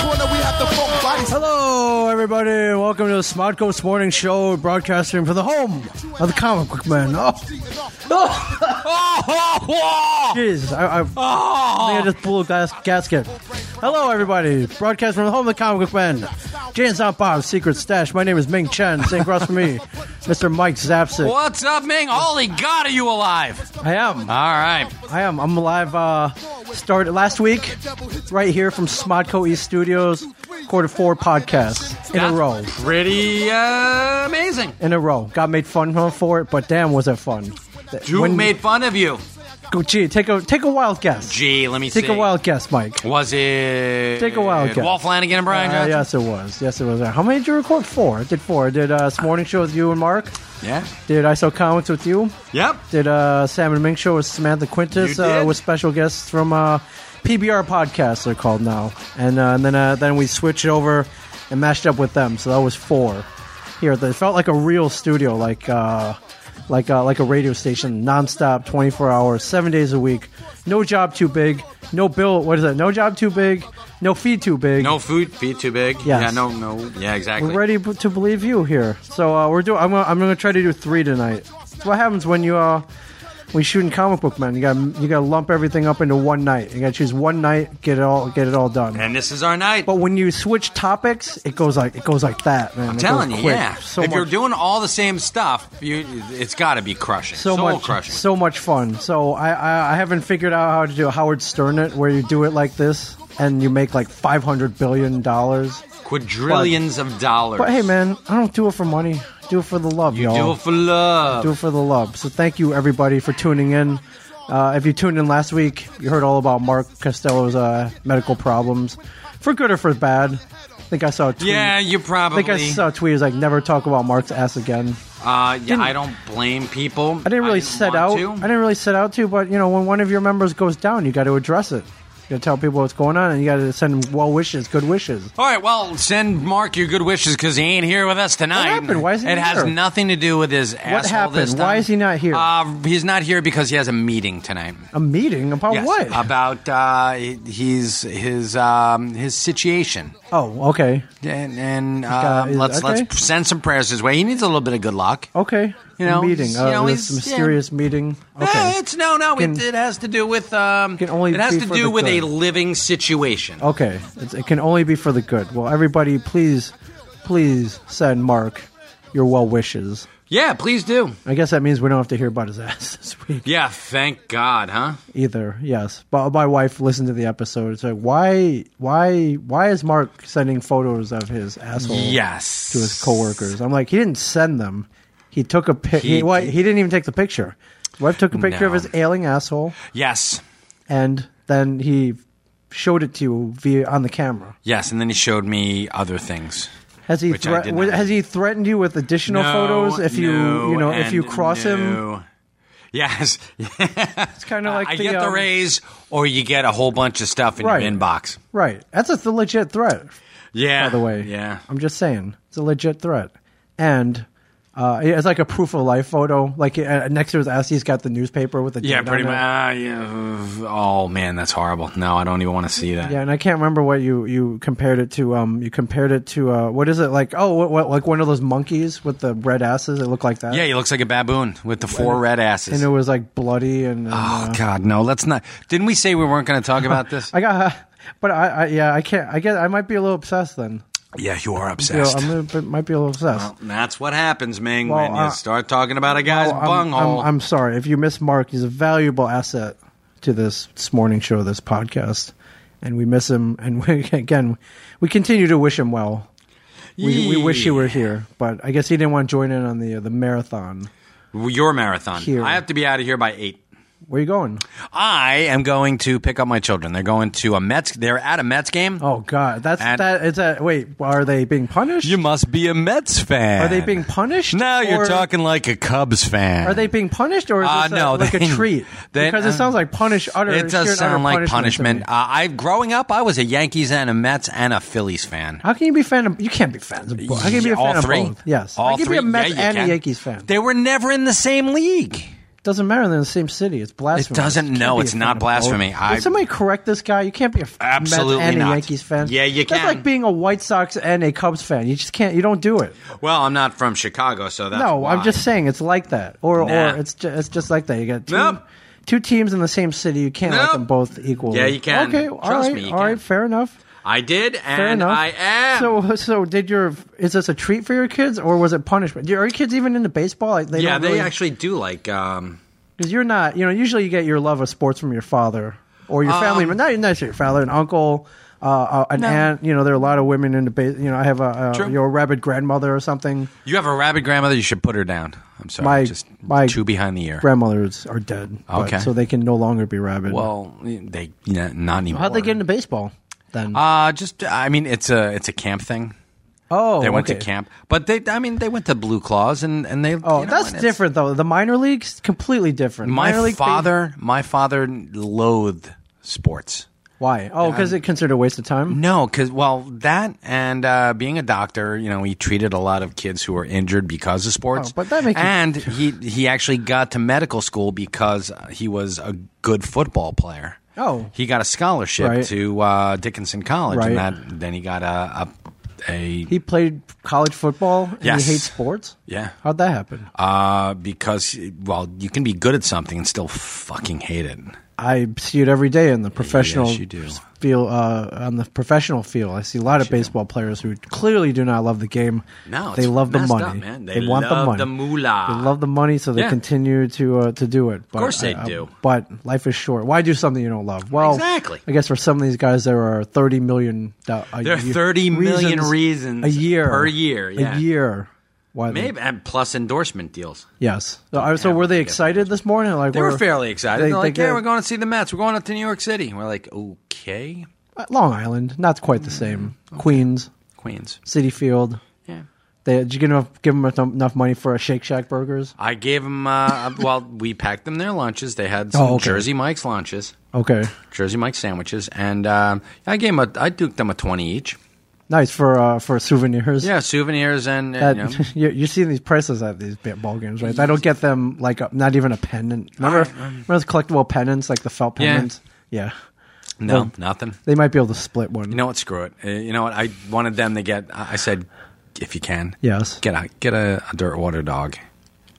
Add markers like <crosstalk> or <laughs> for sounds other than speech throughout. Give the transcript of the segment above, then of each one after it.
corner, we have to funk bodies. Hello, everybody. Welcome to the Smart Coast Morning Show, broadcasting from the home of the comic book man. Oh, jeez. I, I, I think I just blew a gas- gasket. Hello, everybody. Broadcast from the home of the comic book man. James Aunt Bob's Secret Stash. My name is Ming Chen. Sitting across from me, Mr. Mike Zapsik. What's up, Ming? Holy God, are you alive? I am. All right. I am. I'm live. Uh, started last week, right here from Smodco East Studios, quarter four podcast in a That's row. Pretty uh, amazing. In a row. Got made fun of for it, but damn, was it fun. Drew When- made fun of you. Go- Gee, take a take a wild guess. Gee, let me take see. a wild guess, Mike. Was it? Take a wild guess. Walt Flanagan and Brian Uh, Johnson. yes, it was. Yes, it was. How many did you record? Four. I did four. I did uh, this morning show with you and Mark. yeah. Did I saw comments with you? Yep. Did uh, Sam and Mink show with Samantha Quintus You uh, did. with special guests from uh, PBR podcast they're called now, and, uh, and then uh, then we switched over and mashed up with them. So that was four here. It felt like a real studio, like uh, like uh, like a radio station, nonstop, twenty four hours, seven days a week. No job too big. No bill. What is that? No job too big. No feed too big. No food, feet too big. Yes. Yeah. No. No. Yeah. Exactly. We're ready b- to believe you here. So uh, we're doing. I'm gonna, I'm gonna try to do three tonight. That's what happens when you uh when you shoot in comic book man. You got you got to lump everything up into one night. You got to choose one night, get it all get it all done. And this is our night. but when you switch topics, it goes like it goes like that, man. I'm telling you, yeah. So if much, you're doing all the same stuff, you it's got to be crushing. so Soul much, crushing. so much fun. So I, I I haven't figured out how to do Howard Stern it, where you do it like this and you make like 500 billion dollars. Quadrillions of dollars. But hey, man, I don't do it for money. I do it for the love, you all do it for love. do it for the love. So thank you everybody for tuning in. Uh, if you tuned in last week, you heard all about Mark Costello's uh, medical problems, for good or for bad. I think I saw a tweet. yeah, you I probably. think I saw a tweet. It was like, never talk about Mark's ass again. Uh, yeah, I don't blame people. I didn't really set out. I To. didn't really set out to, but you know, when one of your members goes down, you got to address it. You got to tell people what's going on, and you got to send them well wishes, good wishes. All right, well, send Mark your good wishes because he ain't here with us tonight. happened? Why isn't he It has here? nothing to do with his asshole What happened? this time. Why is he not here? Uh, he's not here because he has a meeting tonight. A meeting about Yes, what? About uh, he's his um, his situation. oh, okay, And, and uh, is- let's okay. Oh, let's send some prayers his way. He needs a little bit of good luck. okay. You know, meeting. he's- Uh, you know, this he's- yeah. mysterious meeting. Eh, Okay. it's no, no. Can- it, it has to do with um, Can only it has be to for do the with good. Oh. a living situation. Okay, it's, it can only be for the good. Well, everybody, please, please send Mark your well wishes. Yeah, please do. I guess that means we don't have to hear about his <laughs> ass this week Yeah, thank God, huh? either. Yes, but my wife listened to the episode. It's like, why, why, why is Mark sending photos of his asshole Yes. to his coworkers? I'm like, he didn't send them. He took a pic. He, He- well, he didn't even take the picture. His wife took a picture of No. his ailing asshole, Yes. and then he showed it to you via on the camera. Yes, and then he showed me other things. Has he Which I thre- did wa- not. has he threatened you with additional photos if you no, you know if you and cross him? no. Yes, It's kind of like I the, get the um, raise, or you get a whole bunch of stuff in Right. your inbox. right. That's a th- legit threat. Yeah, By the way, yeah, I'm just saying it's a legit threat, and uh, it's like a proof of life photo. Like uh, next to his ass, he's got the newspaper with the date yeah, on pretty it. much. Uh, yeah. Oh man, that's horrible. No, I don't even want to see that. Yeah, and I can't remember what you, you compared it to. Um, you compared it to uh, what is it like? Oh, what, what like one of those monkeys with the red asses? It looked like that. Yeah, he looks like a baboon with the four red asses. and it was like bloody and. and uh, oh God, no! Let's not. Didn't we say we weren't going to talk about this? I got, <laughs> but I, I yeah, I can't. I get. I might be a little obsessed then. yeah, you are You know, obsessed. I'm a little bit, might be a little obsessed. that's what happens, Ming, Well, when you uh, start talking about a guy's Oh, I'm- I'm, bunghole. I'm sorry if you miss Mark. He's a valuable asset to this, this morning show, this podcast, and we miss him. And <laughs> we, again, we continue to wish him well. We, we wish he were here, but I guess he didn't want to join in on the the marathon. Your marathon. Here. I have to be out of here by eight. Where you going? I am going to pick up my children. They're going to a Mets. They're at a Mets game. Oh God, that's And- that. It's a wait. Are they being punished? You must be a Mets fan. are they being punished? Now you're Or- talking like a Cubs fan. Are they being punished or is Uh, this a- no, like they- a treat? they- because it sounds like punish utter. It sheer does and utter sound like punishment. to punishment. me. Uh, I growing up, I was a Yankees and a Mets and a Phillies fan. How can you be a fan of? You can't be fans of both. How can you be a all fan three? of both? Yes, all How can you three. be a Mets yeah, you and a can. Yankees fan? They were never in the same league. Doesn't matter. They're in the same city. It's blasphemy. doesn't- You can't no, be a it's fan not of both. blasphemy. Can I- somebody correct this guy? You can't be a f- Absolutely Mets and not. a Yankees fan. Yeah, you That's can. like being a White Sox and a Cubs fan. You just can't. You don't do it. Well, I'm not from Chicago, so that's no, why. I'm just saying it's like that. Or Nah. or it's just, it's just like that. You got two, Nope. two teams in the same city. You can't like Nope. them both equally. Yeah, you can. Okay, all Trust right, me, you all right, can. fair enough. I did, Fair and enough. I am. So, so did your? Is this a treat for your kids, or was it punishment? Are your kids even into baseball? Like, they yeah, don't they really, actually do like. Um, because you're not. You know, usually you get your love of sports from your father or your Um, family, but not not your father, an uncle, uh, uh, an aunt. You know, there are a lot of women into base. You know, I have a, a True. your rabid grandmother or something. you have a rabid grandmother. You should put her down. I'm sorry. My- just my two behind the ear. Grandmothers are dead, but- Okay. so they can no longer be rabid. well, they yeah, not anymore. how'd they get into baseball then? Uh, just I mean, it's a it's a camp thing. oh, They went okay. to camp, but they I mean they went to Blue Claws and and they. Oh, that's different though. The minor leagues completely different. My minor league base- father, my father loathed sports. why? Oh, because it considered a waste of time. No, because well, that and uh, being a doctor, you know, he treated a lot of kids who were injured because of sports. Oh, but that make you- and he he actually got to medical school because he was a good football player. Oh. he got a scholarship Right. to uh, Dickinson College, and Right. that then he got a a, a He played college football and Yes. he hates sports? yeah. How'd that happen? Uh, because well, you can be good at something and still fucking hate it. I see it every day in the professional yes, you do. feel uh, on the professional field. I see a lot of baseball players who clearly do not love the game. No, they it's love the messed money. up, man. They, They want the love money. the moolah. They love the money, so they Uh, Yeah. continue to uh, to do it. But, course they I- I- do. But life is short. Why do something you don't love? Well, Exactly. I guess for some of these guys, there are thirty million. do- A There are year- 30 million reasons a year per year, yeah. A year. Why they- Maybe and plus endorsement deals. Yes. So, I- so Yeah, were they yeah. excited this morning? Like They were fairly excited. they- They, are like, they- "Yeah, we're going to see the Mets. We're going up to New York City." And we're like, "Okay, Uh, Long Island, not quite the same. Mm, Queens, Queens." City Field. Yeah. They, did you give enough, give them enough money for a Shake Shack burgers? I gave them. Uh, <laughs> well, we packed them their lunches. They had some Oh, okay. Jersey Mike's lunches, Okay, Jersey Mike's sandwiches, and um, I gave them. A, I duked them a twenty each. nice for uh, for souvenirs. Yeah, souvenirs and, That- <laughs> and you know, Uh, you you're seeing these prices at these ba- ball games, right? I don't get them like a, not even a pennant. Remember, remember those collectible pennants, like the felt Yeah. pennants. Yeah, no, Well- nothing. they might be able to split one. You know what? Screw it. Uh, You know what? I wanted them to get. I I said, if you can, yes, get a get a, a dirt water dog.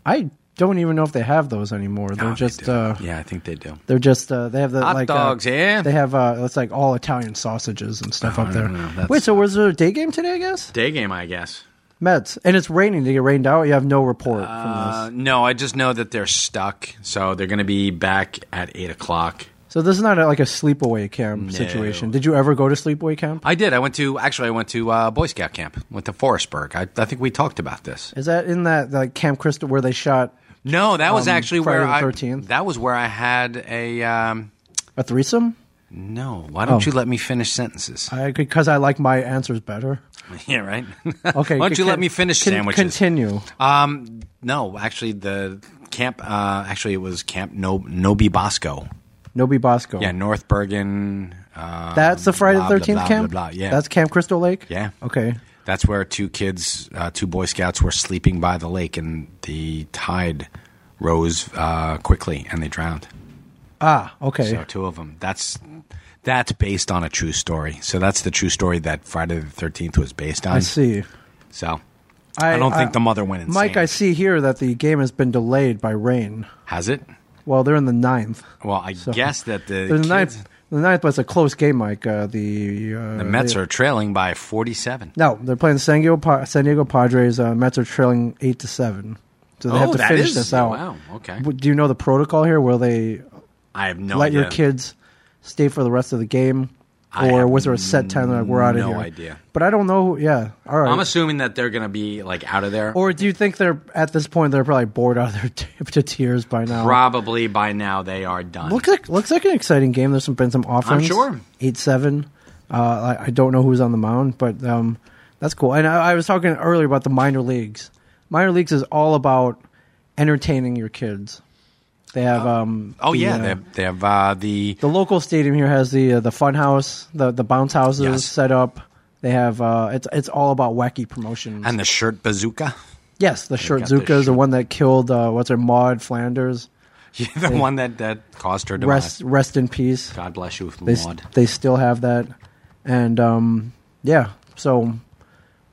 I don't even know if they have those anymore. They're Oh, they just. do. uh, yeah, I think they do. They're just uh, they have the Hot like uh, dogs, yeah. Oh, They have uh, it's like all Italian sausages and stuff up I there. don't know. That Wait, so was there a day game today? I guess Day game, I guess. Mets, and it's raining. Did it get rained out? You have no report Uh, from no, I just know that they're stuck, so they're going to be back at eight o'clock. this. So this is not a, like a sleepaway camp situation. Did you ever go to sleepaway camp? I did. I went to actually. I went to uh, Boy Scout camp. Went to Forestburg. I, I think we talked about this. Is that in that like Camp Crystal where they shot No, that was Um, actually Friday where the I. 13th? That was where I had a. Um, a threesome? no, why don't Oh. you let me finish sentences? <laughs> I because I like my answers better. yeah, right. Okay, why don't you con- let me finish con- sandwiches? Continue. Um, no, actually, the camp. Uh, actually, it was Camp no- Nobi Bosco. Nobi Bosco. Yeah, North Bergen. Um, That's the Friday the blah, blah, Thirteenth blah, camp. blah, blah, Yeah, that's Camp Crystal Lake. Yeah. Okay. That's where two kids, uh, two Boy Scouts, were sleeping by the lake, and the tide rose uh, quickly, and they drowned. Ah. Okay. So two of them. That's that's based on a true story. So that's the true story that Friday the Thirteenth was based on. I see. So I, don't think the mother went insane. Mike, I see here that the game has been delayed by rain. has it. Well, they're in the ninth. Well, I guess that the, They're in the kids- ninth. The ninth, but it's a close game, Mike. Uh, the uh, the Mets are trailing by forty-seven. no, they're playing San Diego, pa- San Diego Padres. Uh, Mets are trailing eight to seven, so they oh, have to that finish is- this out. Wow. Okay. W- Do you know the protocol here? Will they I have no let idea. your kids stay for the rest of the game, I or have was there a set time? They're Like we're out of no here. idea. But I don't know. Yeah. All right. I'm assuming that they're going to be like out of there. or do you think they're at this point they're probably bored out of their <laughs> t- to tears by now? Probably by now they are done. Looks like looks like an exciting game. There's some, been some offense. sure. eight seven. Uh, I, I don't know who's on the mound, but um, that's cool. And I, I was talking earlier about the minor leagues. Minor leagues is all about entertaining your kids. They have um Oh the, yeah, uh, they have, they have uh, the the local stadium here has the uh, the fun house, the the bounce houses Yes. set up. They have uh, it's it's all about wacky promotions. and the shirt bazooka. <laughs> yes, the short got the Zuka is the shirt. one that killed uh, what's her Maud Flanders. the one that, that caused her demise. Rest rest in peace. God bless you, They s- Maud. they still have that, and um, yeah. So, all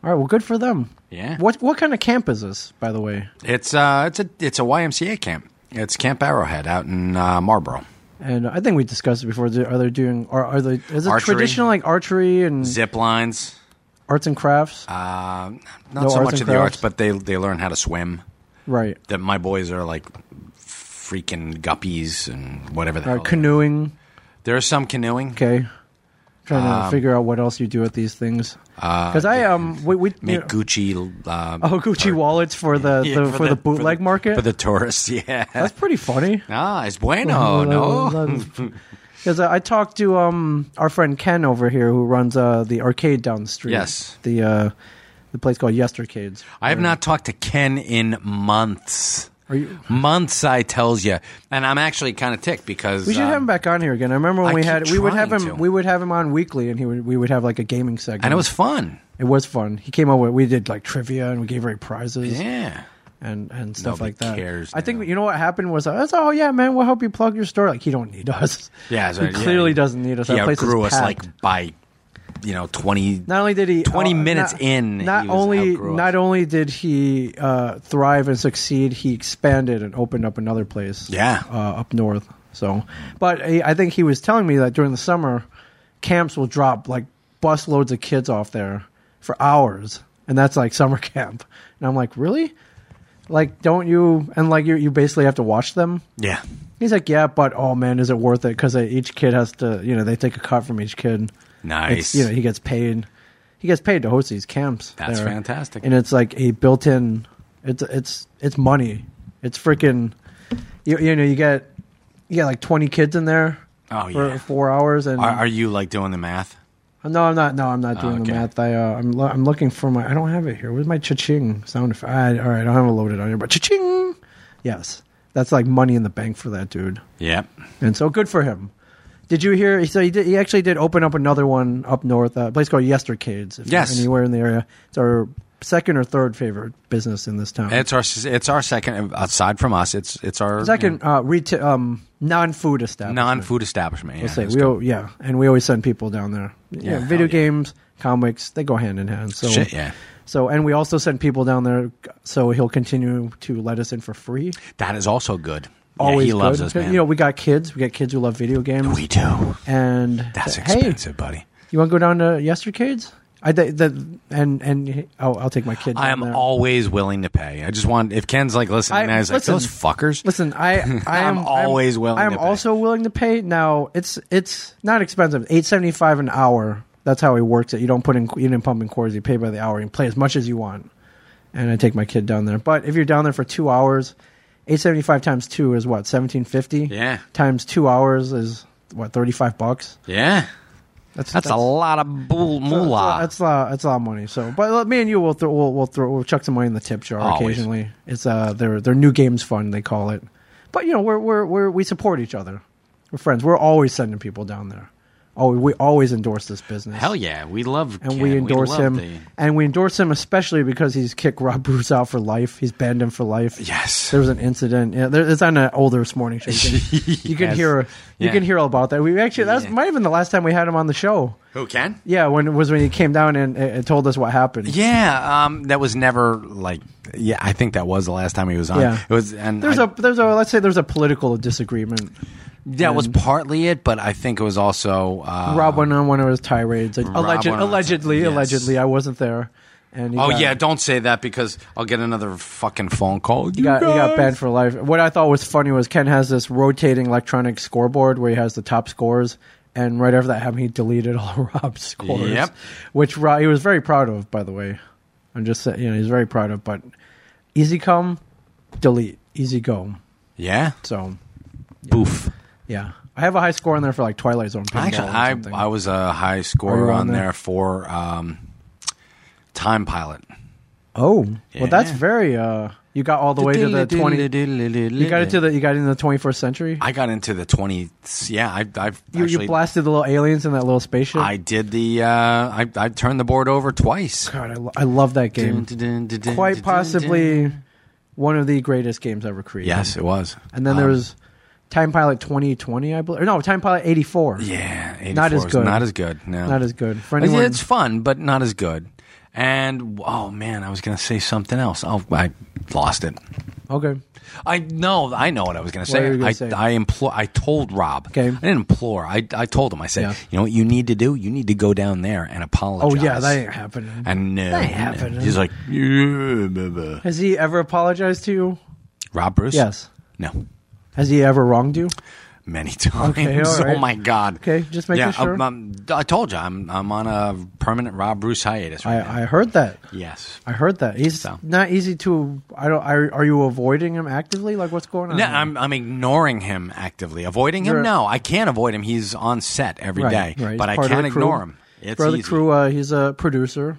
right. Well, good for them. Yeah. What what kind of camp is this, by the way? It's uh, it's a it's a YMCA camp. It's Camp Arrowhead out in uh, Marlboro. And I think we discussed it before. Do- Are they doing? Are, are they? Is it Archery. traditional like archery and Zip lines. arts and crafts? Uh, not No so arts much and of the crafts? arts, but they they learn how to swim. right. That my boys are like freaking guppies and whatever the Uh, hell. canoeing. There's some canoeing, Okay. Trying to figure out what else you do with these things. Because I um we we Um, uh, make you know- Gucci. Uh, oh Gucci wallets for the, <laughs> yeah, the for, the bootleg market. for the tourists. <laughs> Yeah, That's Oh, pretty funny. ah, it's <laughs> bueno. no, <laughs> Because I talked to um our friend Ken over here who runs uh the arcade down the street. Yes. The uh the place called Yestercades. I have not talked to Ken in months. Are you? Months, I tells you, and I'm actually kind of ticked because We should um, have him back on here again. I remember when I we keep had we would have him trying to. we would have him on weekly and he would we would have like a gaming segment. and it was fun. it was fun. He came over. We did like trivia and we gave away prizes. Yeah. and and stuff Nobody like that. cares I think now. you know what happened was I was, oh yeah man we'll help you plug your store like he don't need us <laughs> Yeah, he so, yeah, clearly doesn't need us He That place is outgrew us packed. like by, you know, twenty. not only did he 20 uh, minutes not- in, not he was only outgrew us. not only did he uh, thrive and succeed he expanded and opened up another place Yeah. uh, up north so but I, I think he was telling me that during the summer camps will drop like busloads of kids off there for hours and that's like summer <laughs> camp and I'm like really. Like, don't you? And like, you you basically have to watch them. yeah. He's like, yeah, but oh man, is it worth it? Because each kid has to, you know, they take a cut from each kid. Nice. It's, you know, he gets paid. He gets paid to host these camps. That's there. fantastic. And it's like a built-in. It's it's it's money. It's freaking. You, you know, you get you get like twenty kids in there. Oh, for yeah. four hours and are, are you like doing the math? no, I'm not. No, I'm not doing okay. the math. I, uh, I'm lo- I'm looking for my. I don't have it here. Where's my cha-ching sound effect? I, all right, I don't have it loaded on here, but cha-ching. Yes, that's like money in the bank for that dude. Yep. And so good for him. Did you hear? So he, did, he actually did open up another one up north, uh, a place called Yestercades. If you're Yes. anywhere in the area, it's our second or third favorite business in this town. It's our it's our second aside from us. It's it's our second uh, retail, um, non-food establishment. non food establishment. Yeah, Let's say that's we, good. al- yeah, and we always send people down there. Yeah, Yeah, hell video yeah. games, comics, they go hand in hand. So Shit, yeah. So and we also send people down there. So he'll continue to let us in for free. that is also good. Always yeah, he loves good. us, man. You know, we got kids. We got kids who love video games. we do. and That's hey, expensive, buddy. You want to go down to Yestercades? I th- the and and I'll, I'll take my kid. I down am there. always willing to pay. I just want if Ken's like listening, I- I, was like listen. those fuckers. Listen, <laughs> I I I'm am always willing I am to pay. also willing to pay. Now it's it's not expensive. Eight seventy five an hour. That's how he works it. You don't put in you didn't pump in quarters. You pay by the hour. You play as much as you want. And I take my kid down there. But if you're down there for two hours, eight seventy five times two is what seventeen fifty. Yeah. Times two hours is what thirty five bucks. Yeah, that's, a lot of bull moolah. That's a lot. That's a lot of money. So, but uh, me and you will throw, we'll, we'll throw, we'll chuck some money in the tip jar Always. occasionally. It's uh, their their new games fund they call it. But you know, we're we're, we're we support each other. We're friends. We're always sending people down there. Oh, we always endorse this business. Hell yeah, we love and Ken. we endorse love him, the- and we endorse him especially because he's kicked Rob Bruce out for life. He's banned him for life. Yes. there was an incident. Yeah, there, it's on an older this morning show. You can, <laughs> you can Yes. hear, you Yeah. can hear all about that. We actually that was, Yeah. might have been the last time we had him on the show. Who Ken? Yeah, when it was when he came down and, and told us what happened. Yeah, um, that was never like. Yeah, I think that was the last time he was on. Yeah. It was, and There's I- a there's a let's say there's a political disagreement. that was partly it, but I think it was also uh, Rob went on one of his tirades. Alleged, went on- allegedly, yes. allegedly, I wasn't there. And he Oh got, yeah, don't say that because I'll get another fucking phone call. he got, he got banned for life. What I thought was funny was Ken has this rotating electronic scoreboard where he has the top scores, and right after that happened, he deleted all <laughs> Rob's scores. Yep. which Rob, he was very proud of, by the way. I'm just saying, you know, he's very proud of. But easy come, delete, easy go. Yeah, So boof. Yeah, I have a high score in there for like Twilight Zone. pinball Actually, or I something. I was a high Are scorer you on on there? there for um, time pilot. oh Yeah. well, that's very. uh You got all the way to the twenty. You got it to the. You got into the twenty first century. I got into the twenty. Yeah, I, I've you, actually. you blasted the little aliens in that little spaceship. I did the. Uh, I I turned the board over twice. God, I, lo- I love that game. Quite Quite possibly one of the greatest games ever created. Yes, it was. And then there Um, was Time Pilot 2020, I believe. Or no, Time Pilot 84. Yeah, 84 Not as was good. Not as good. No, Not as good. For It's- anyone, It's fun, but not as good. And oh man, I was gonna say something else. Oh, I lost it. okay. I know, I know what I was going to were say. you gonna I, say? I implore. I told Rob. Okay. I didn't implore. I, I told him. I said, Yeah. you know what you need to do? You need to go down there and Oh apologize. yeah, that ain't happening. And no, ain't happening. he's like, yeah, blah, blah." Has he ever apologized to you? Rob Bruce. Yes. No. Has he ever wronged you? Many times. Okay, all right. <laughs> Oh my god. Okay, just making yeah, sure. I'm, I'm- i told you, I'm I'm on a permanent Rob Bruce hiatus. Right now. I, I heard that. yes. I heard that. He's So. not easy to. I don't. I, are you avoiding him actively? Like what's going on? No, here? I'm I'm ignoring him actively. Avoiding him? You're- No, I can't avoid him. He's on set every day. Right, right. But He's I part of can't the crew. ignore him. It's For the easy. crew, uh, he's a producer.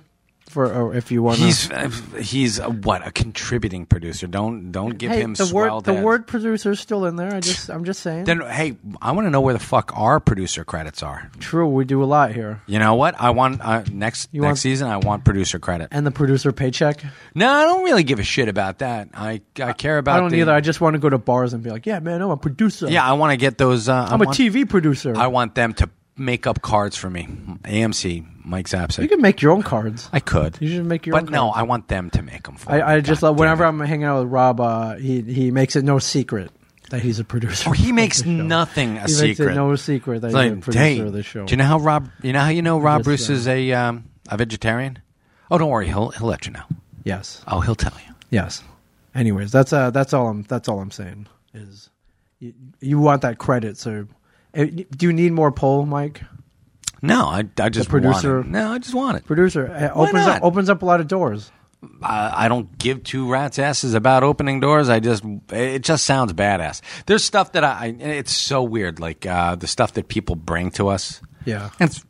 For or if you want, He's uh, he's a, what a contributing producer. Don't don't give hey, him the word swelled the heads. word producer's still in there. I just I'm just saying. Then hey, I want to know where the fuck our producer credits are. <laughs> True, we do a lot here. You know what? I want uh, next next want- season. I want producer credit. And the producer paycheck. No, I don't really give a shit about that. I I care about. I don't the, either. I just want to go to bars and be like, yeah, man, I'm a producer. yeah, I want to get those. Uh, I I'm a want, TV producer. I want them to make up cards for me. AMC, Mike you Zapsik. can make your own cards. I could. You should make your but own. no, cards. I want them to make them for me. I, I just God love damn it. whenever I'm hanging out with Rob, uh, he he makes it no secret that he's a producer. Oh, he makes of the show. nothing a he secret. Makes it no secret that he's Like, a producer hey, of the show. Do you know how Rob? You know how you know Rob guess Bruce so. is a um, a vegetarian? Oh, don't worry, he'll he'll let you know. yes, Oh, he'll tell you. yes. Anyways, that's uh that's all I'm that's all I'm saying is you, you want that credit. So, uh, do you need more poll, Mike? No, I I just The producer- Want it. No, I just want it. Producer uh, opens up not? opens up a lot of doors. I, I don't give two rats asses about opening doors. I just it just sounds badass. There's stuff that I, I it's so weird, like uh, the stuff that people bring to us. Yeah. It's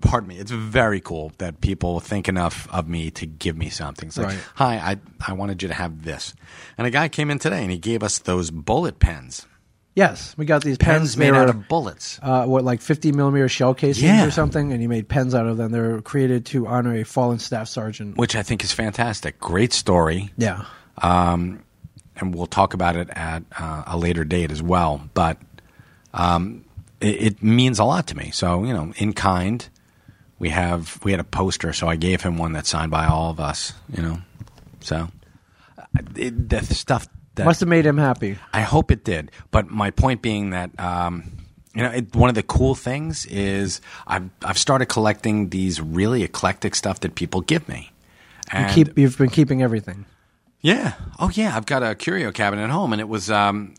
pardon me. It's very cool that people think enough of me to give me something. It's like, Right. hi, I I wanted you to have this, and a guy came in today and he gave us those bullet pens. Yes, we got these pens, Pens made They out were- of bullets. uh, what like 50 millimeter shell casings Yeah. or something, and he made pens out of them. They're created to honor a fallen staff sergeant. which I think is fantastic. Great story. Yeah, Um, and we'll talk about it at uh, a later date as well. But um, it, it means a lot to me. So, you know, in kind, we have we had a poster, so I gave him one that's signed by all of us, you know. So, uh, it, the stuff that must have made him happy. I hope it did. But my point being that um, you know it, one of the cool things is I've I've started collecting these really eclectic stuff that people give me. And You keep you've been keeping everything. yeah. Oh yeah, I've got a curio cabinet at home, and it was um,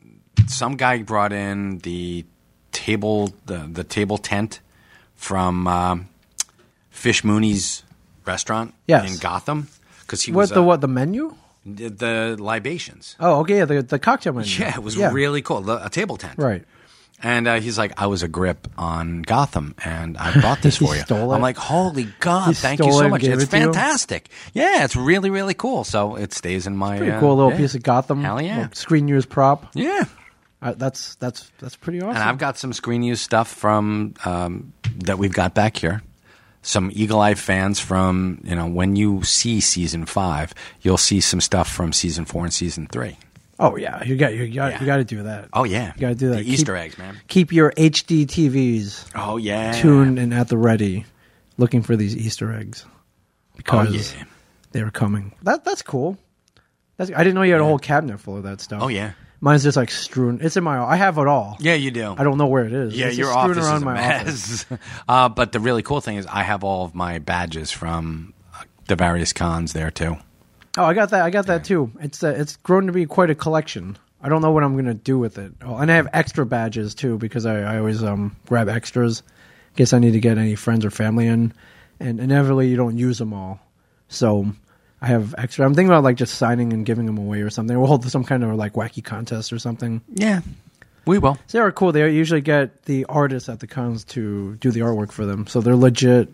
some guy brought in the table the, the table tent from um, Fish Mooney's restaurant Yes. in Gotham because he was What the uh, what the menu? the, the libations. Oh, okay, yeah, the the cocktail menu. Yeah, it was really cool. The- A table tent, right. And uh, he's like, I was a grip on Gotham, and I bought this <laughs> He for you. stole it? I'm like, holy god, He thank you stole it so and much. gave It's it to you? fantastic. Yeah, it's really really cool. So it stays in my Pretty uh, cool little yeah. piece of Gotham. Hell yeah. Little Screen years prop. Yeah. Uh, that's that's that's pretty awesome. And I've got some screen use stuff from um, that we've got back here. Some Eagle Eye fans from you know when you see season five, you'll see some stuff from season four and season three. oh yeah, you got you got Yeah. you got to do that. Oh yeah, you got to do that. The Keep- Easter eggs, man. Keep your HD TVs Oh yeah, tuned and at the ready, looking for these Easter eggs Oh because yeah. they were coming. That that's cool. That's I didn't know you had a whole cabinet full of that stuff. Oh yeah, mine's just like strewn. It's in my. I have it all. yeah. You do. I don't know where it is. yeah, It's just your strewn office is around a my office. mess. <laughs> uh, but the really cool thing is, I have all of my badges from uh, the various cons there too. Oh, I got that. I got that too. It's uh, it's grown to be quite a collection. I don't know what I'm gonna do with it. Oh, and I have extra badges too because I, I always um grab extras. Guess I need to get any friends or family in, and inevitably you don't use them all. So I have extra. I'm thinking about like just signing and giving them away or something. We'll <laughs> hold some kind of like wacky contest or something. Yeah, we will. So they are cool. They usually get the artists at the cons to do the artwork for them. So they're legit,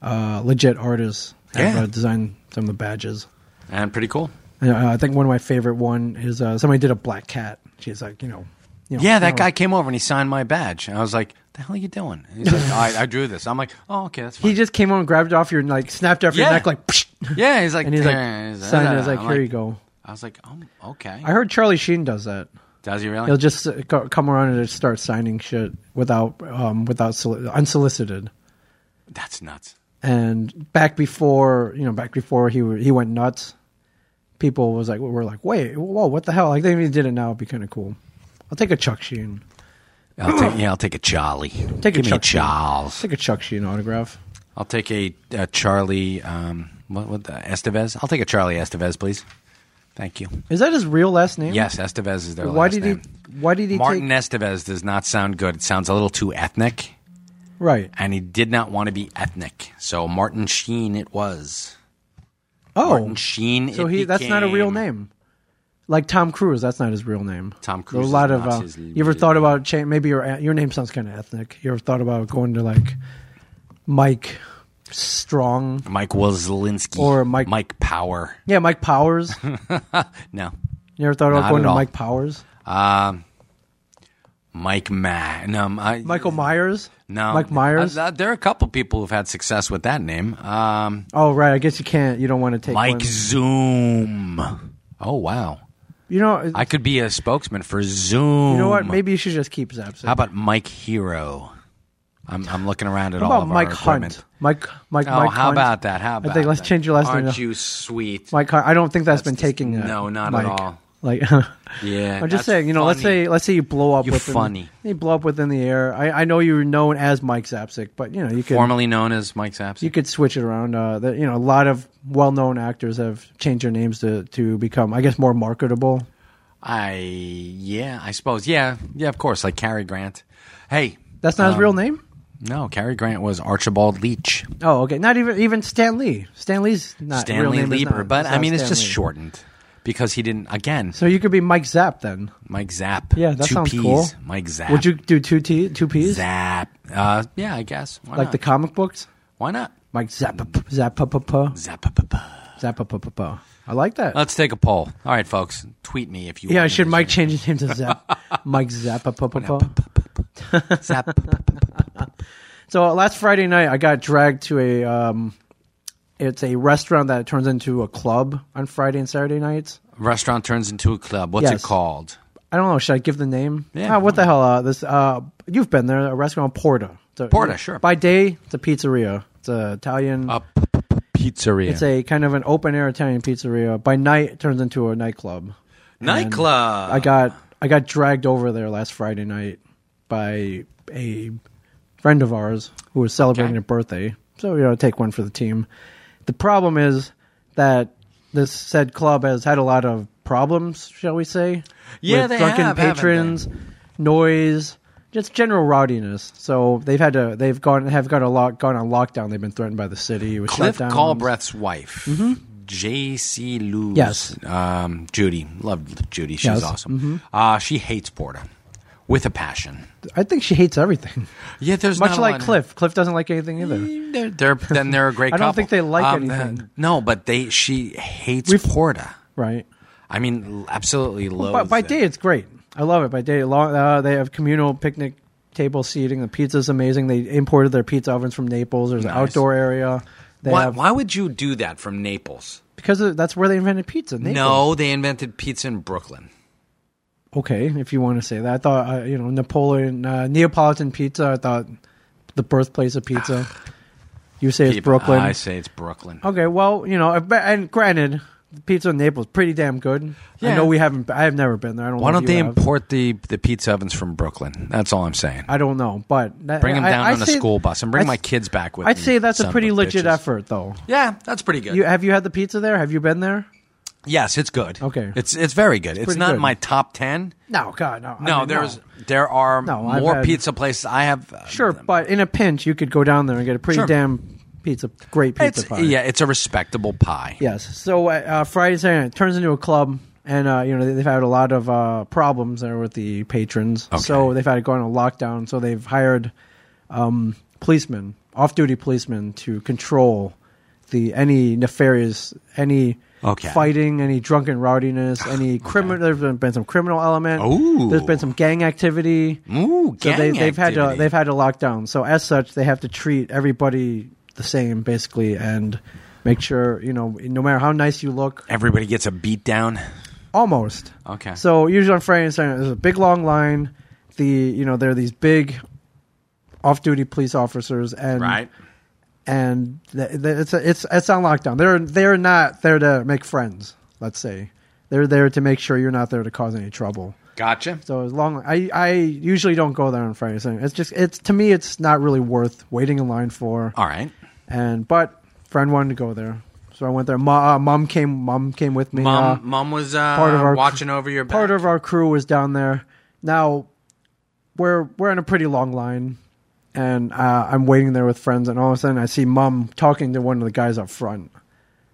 uh, legit artists. Have, Yeah. uh, designed some of the badges. And pretty cool. And, uh, I think one of my favorite one is uh, somebody did a black cat. She's like, you know, you know, Yeah, you that know, guy came over and he signed my badge. And I was like, the hell are you doing? And he's like, I, I drew this. I'm like, oh, okay, that's fine. He just came on, and grabbed it off your like, snapped it off your Yeah. neck, like, <laughs> yeah, he's like, and he's like, "Eh, is that- signed it. He's like, I'm here you go. I was like, oh, okay. I heard Charlie Sheen does that. Does he really? He'll just uh, co- come around and just start signing shit without um, without soli- unsolicited. That's nuts. And back before you know, back before he w- he went nuts, people was like were like, wait, whoa, what the hell? Like they even did it now, it'd be kind of cool. I'll take a Chuck Sheen, I'll take, yeah, I'll take a Charlie. Take a Give me a Chuck Sheen. Charles. take a Chuck Sheen autograph. I'll take a, a Charlie. Um, what, what the Estevez? I'll take a Charlie Estevez, please. Thank you. Is that his real last name? Yes, Estevez is their Why last did name. he? Why did he Martin take? Estevez does not sound good. It sounds a little too ethnic, Right. and he did not want to be ethnic. So Martin Sheen it was. Oh, Martin Sheen. so it he that's not a real became. name. Like Tom Cruise, that's not his real name. Tom There are Cruise A lot is of not uh, his you ever real thought about cha- maybe your your name sounds kind of ethnic. You ever thought about going to like Mike Strong? Mike Wazlinski Or Mike- Mike Power. Yeah, Mike <laughs> Powers. No, You ever thought about Not going at to all. Mike Powers? Mike Ma. No, I, Michael Myers? No, Mike Myers? Uh, there are a couple people who've had success with that name. Um, oh, right. I guess you can't. You don't want to take Mike one. Zoom. Oh wow, You know. I could be a spokesman for Zoom. you know what? Maybe you should just keep Zaps. How about Mike Hero? I'm, I'm looking around at How all about of Mike our Hunt? equipment. Mike. Mike. Oh, Mike how Hunt? about that? How about think let's that? change your last name Aren't to- you sweet? Mike. Hunt- I don't think that's been just- taking. uh, no, not at Mike. all. Like. <laughs> Yeah, I'm just that's saying, you know, let's funny. say let's say you blow up. You're within, funny. You blow up within the air. I, I know you're known as Mike Zapsik, but you know you could formerly known as Mike Saps. you could switch it around. Uh, that you know, a lot of well-known actors have changed their names to to become, I guess, more marketable. I yeah, I suppose yeah, yeah, of course. Like Cary Grant. Hey, That's not Um, his real name. no, Cary Grant was Archibald Leach, Oh, okay. Not even even Stan Lee. Stan Lee's not real Stanley name is Lieber, not- but I not mean it's Stan just Lee. shortened because he didn't. Again, So you could be Mike Zap then. Mike Zapp. Yeah, that two sounds P's, cool. Mike Zapp. Would you do two t two p's Zap. Uh, yeah, I guess. Why like not? the comic books? Why not? Mike Zap Zap Zap Zap. Zap. I like that. Let's take a poll. All right, folks. Tweet me if you. Yeah, want should to Mike change his name to Zap? Mike Zappa. <laughs> Zap. So uh, last Friday night, I got dragged to a. Um, it's a restaurant that turns into a club on Friday and Saturday nights. Restaurant turns into a club. What's Yes. it called? I don't know. Should I give the name? Yeah. Ah, what the hell? Uh, this uh, you've been there. A restaurant Porta. It's a- Porta, sure. Uh, By day, it's a pizzeria. It's a Italian. A p- p- pizzeria. It's a kind of an open air Italian pizzeria. By night, it turns into a nightclub. nightclub. I got I got dragged over there last Friday night by a friend of ours who was celebrating Okay. a birthday. So you know, take one for the team. The problem is that this said club has had a lot of problems, shall we say? Yeah, with they drunken have, haven't they? patrons, noise, just general rowdiness. So they've had to they've gone have got a lot gone on lockdown. They've been threatened by the city with Cliff shutdowns. Callbreath's wife, J.C. Lewis. Mm-hmm. Yes. Um, Judy. Love Judy. She's Yes. Mm-hmm. awesome. Uh, she hates Porta with a passion. I think she hates everything. <laughs> Yeah, there's Much not a like lot- Cliff. Cliff doesn't like anything either. They're, they're then they're a <laughs> great. I don't couple. think they like anything. uh, No, but they she hates Porta. Right. I mean, l- absolutely loads. But by it. day, it's great. I love it. By day, long, uh, they have communal picnic table seating. The pizza's amazing. They imported their pizza ovens from Naples. There's an Nice. outdoor area. They Why, have, why would you do that from Naples? because of- that's where they invented pizza. Naples. No, they invented pizza in Brooklyn. Okay, if you want to say that. I thought, uh, you know, Napoleon, uh, Neapolitan pizza. I thought the birthplace of <sighs> pizza. you say it's People- Brooklyn. I say it's Brooklyn. Okay, well, you know, but- and granted, the pizza in Naples is pretty damn good. I Yeah. know we haven't, I have never been there. I don't Why know don't if they you have. import the, the pizza ovens from Brooklyn? That's all I'm saying. I don't know, but that- Bring them I- down I on a say- school bus and bring I- my kids back with I'd me. say that's a son pretty of legit bitches. effort, though. Yeah, that's pretty good. You, have you had the pizza there? Have you been there? yes, it's good. Okay. it's it's very good. It's, pretty not good. my top ten. No, God, no. I No, mean, there's there are No, I've more had- pizza places. I have uh, sure, but in a pinch, you could go down there and get a pretty Sure. damn pizza, great pizza It's, pie. yeah, it's a respectable pie. Yes. So uh, uh, Friday, Saturday, night, it turns into a club, and uh, you know they- they've had a lot of uh, problems there with the patrons. Okay. So they've had to go on a lockdown. So they've hired um, policemen, off-duty policemen, to control the any nefarious, any Okay. fighting, any drunken rowdiness, any criminal. There's been, been some criminal element. Ooh. There's been some gang activity. Ooh, So gang they, they've had to activity. they've had to lock down. So as such, they have to treat everybody the same basically, and make sure you know no matter how nice you look, Everybody gets a beat down. Almost. Okay. So usually on Friday and Saturday, there's a big long line. The you know there are these big off-duty police officers and right. and th- th- it's it's it's on lockdown. They're they're not there to make friends. Let's say they're there to make sure you're not there to cause any trouble. Gotcha. So as long I I usually don't go there on Friday. So it's just it's to me it's not really worth waiting in line for. All right. And but friend wanted to go there, so I went there. Ma, uh, mom came mom came with me. Mom, Uh, mom was uh, part of our- watching over your back. part of our crew was down there. Now we're we're in a pretty long line, and uh, I'm waiting there with friends, and all of a sudden I see mom talking to one of the guys up front,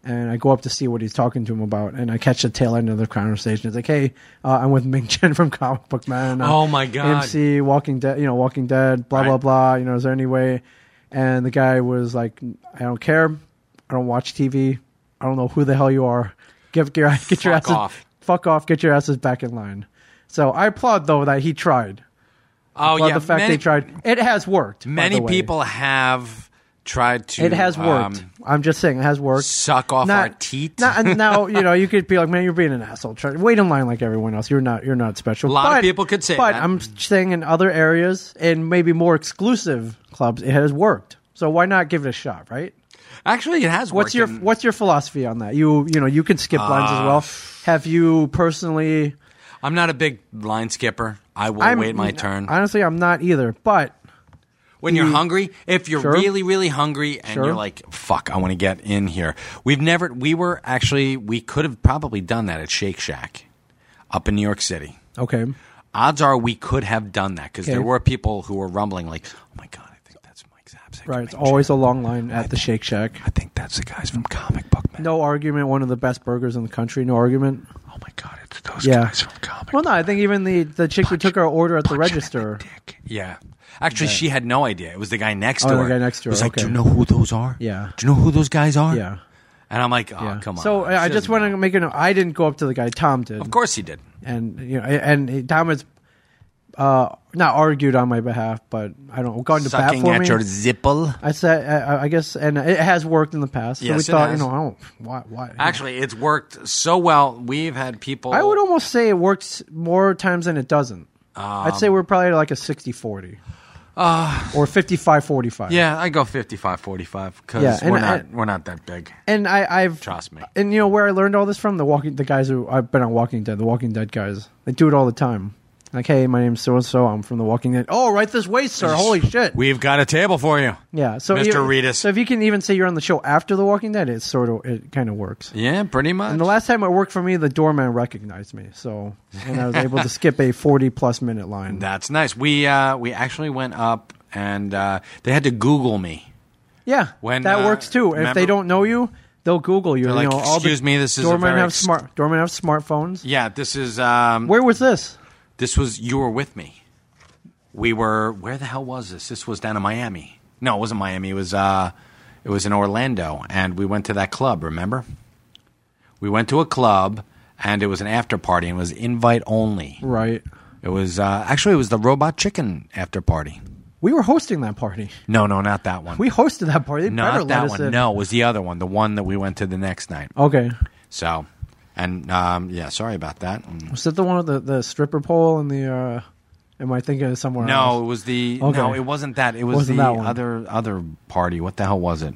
and I go up to see what he's talking to him about, and I catch the tail end of the conversation. It's like, hey, uh, I'm with Ming Chen <laughs> from Comic Book Man. uh, Oh, my God. AMC, Walking Dead, you know, Walking Dead, blah blah Right. blah. You know, is there any way? And the guy was like, I don't care, I don't watch TV, I don't know who the hell you are. Get, get, get your <laughs> Fuck asses off. fuck off, get your asses back in line. So I applaud though that he tried. oh Applaud yeah, the fact many, they tried. It has worked. by Many the way. people have tried to. It has worked. um, I'm just saying, it has worked. suck off our teat. not- now you know <laughs> you could be like, man, you're being an asshole. Try, wait in line like everyone else. You're not. You're not special. A lot of people could say but that. I'm saying in other areas and maybe more exclusive clubs, it has worked. So why not give it a shot, right? Actually, it has. What's worked your and- What's your philosophy on that? You you know you can skip lines as well. Uh, Have you personally? I'm not a big line skipper. I will I'm- wait my turn. Honestly, I'm not either. But when you're hungry, if you're Sure. really, really hungry and Sure. you're like, fuck, I want to get in here. We've never, we were actually, we could have probably done that at Shake Shack up in New York City. okay, Odds are we could have done that because there Okay. were people who were rumbling, like, oh my God, I think that's Mike Zapsik. right. It's always a long line at the Shake Shack. I think that's the guys from Comic Book Man. No argument. One of the best burgers in the country. No argument. Oh my God, it's those Yeah. guys from Comic Well, no, I think even the the chick who took our order at the punch it in <laughs> register. dick. Yeah. Actually, she had no idea. It was the guy next Oh, to the her. guy next to her, was like, okay. "Do you know who those are? Yeah. Do you know who those guys are? Yeah. And I'm like, "Oh, yeah. come on." So uh, She I, I just doesn't want to know. make a note. I didn't go up to the guy. Tom did, Of course, he did. and you know, and he- Tom has uh, not argued on my behalf, but I don't gone to bat Sucking for at me. your zipple. I said, I, I guess, and it has worked in the past. So we Yes, it thought, has. you know, I don't why why. Actually, it's worked so well. We've had people. I would almost say it works more times than it doesn't. I'd Um, say we're probably at like a 60-40. uh, or 55-45. Yeah, I go 55 45 because Yeah, and we're I- not we're not that big. and I, I've Trust me. And you know where I learned all this from? The Walking, the guys who I've been on Walking Dead, the Walking Dead guys. They do it all the time. Like, hey, my name's so and so. I'm from the Walking Dead. Oh, right this way, sir. Holy shit. We've got a table for you. yeah. So Mr. you- Reedus. So if you can even say you're on the show after the Walking Dead, it sort of it kind of works. Yeah, pretty much. And the last time it worked for me, the doorman recognized me. So and I was able to skip a 40 plus minute line. That's nice. We uh, we actually went up and uh, they had to Google me. yeah, When, that uh, works too. If they remember- don't know you, they'll Google you. They're you like, know, all the "Excuse me, this is a doormen very have ex- smart doormen have smartphones. Yeah, this is um, Where was this? This was you were with me. We were where the hell was this? This was down in Miami. No, it wasn't Miami. It was uh, it was in Orlando, and we went to that club. Remember? We went to a club, and it was an after party, and it was invite only. Right. It was uh, actually it was the Robot Chicken after party. We were hosting that party. No, no, not that one. We hosted that party. They better not let that us one. in. Oh. No, it was the other one, the one that we went to the next night. Okay. So, and um, yeah, sorry about that. And- Was that the one with the, the stripper pole and the? Uh, am I thinking of somewhere No, it else? was the Okay. no, it wasn't that. It was Wasn't the that one. other other party. What the hell was it?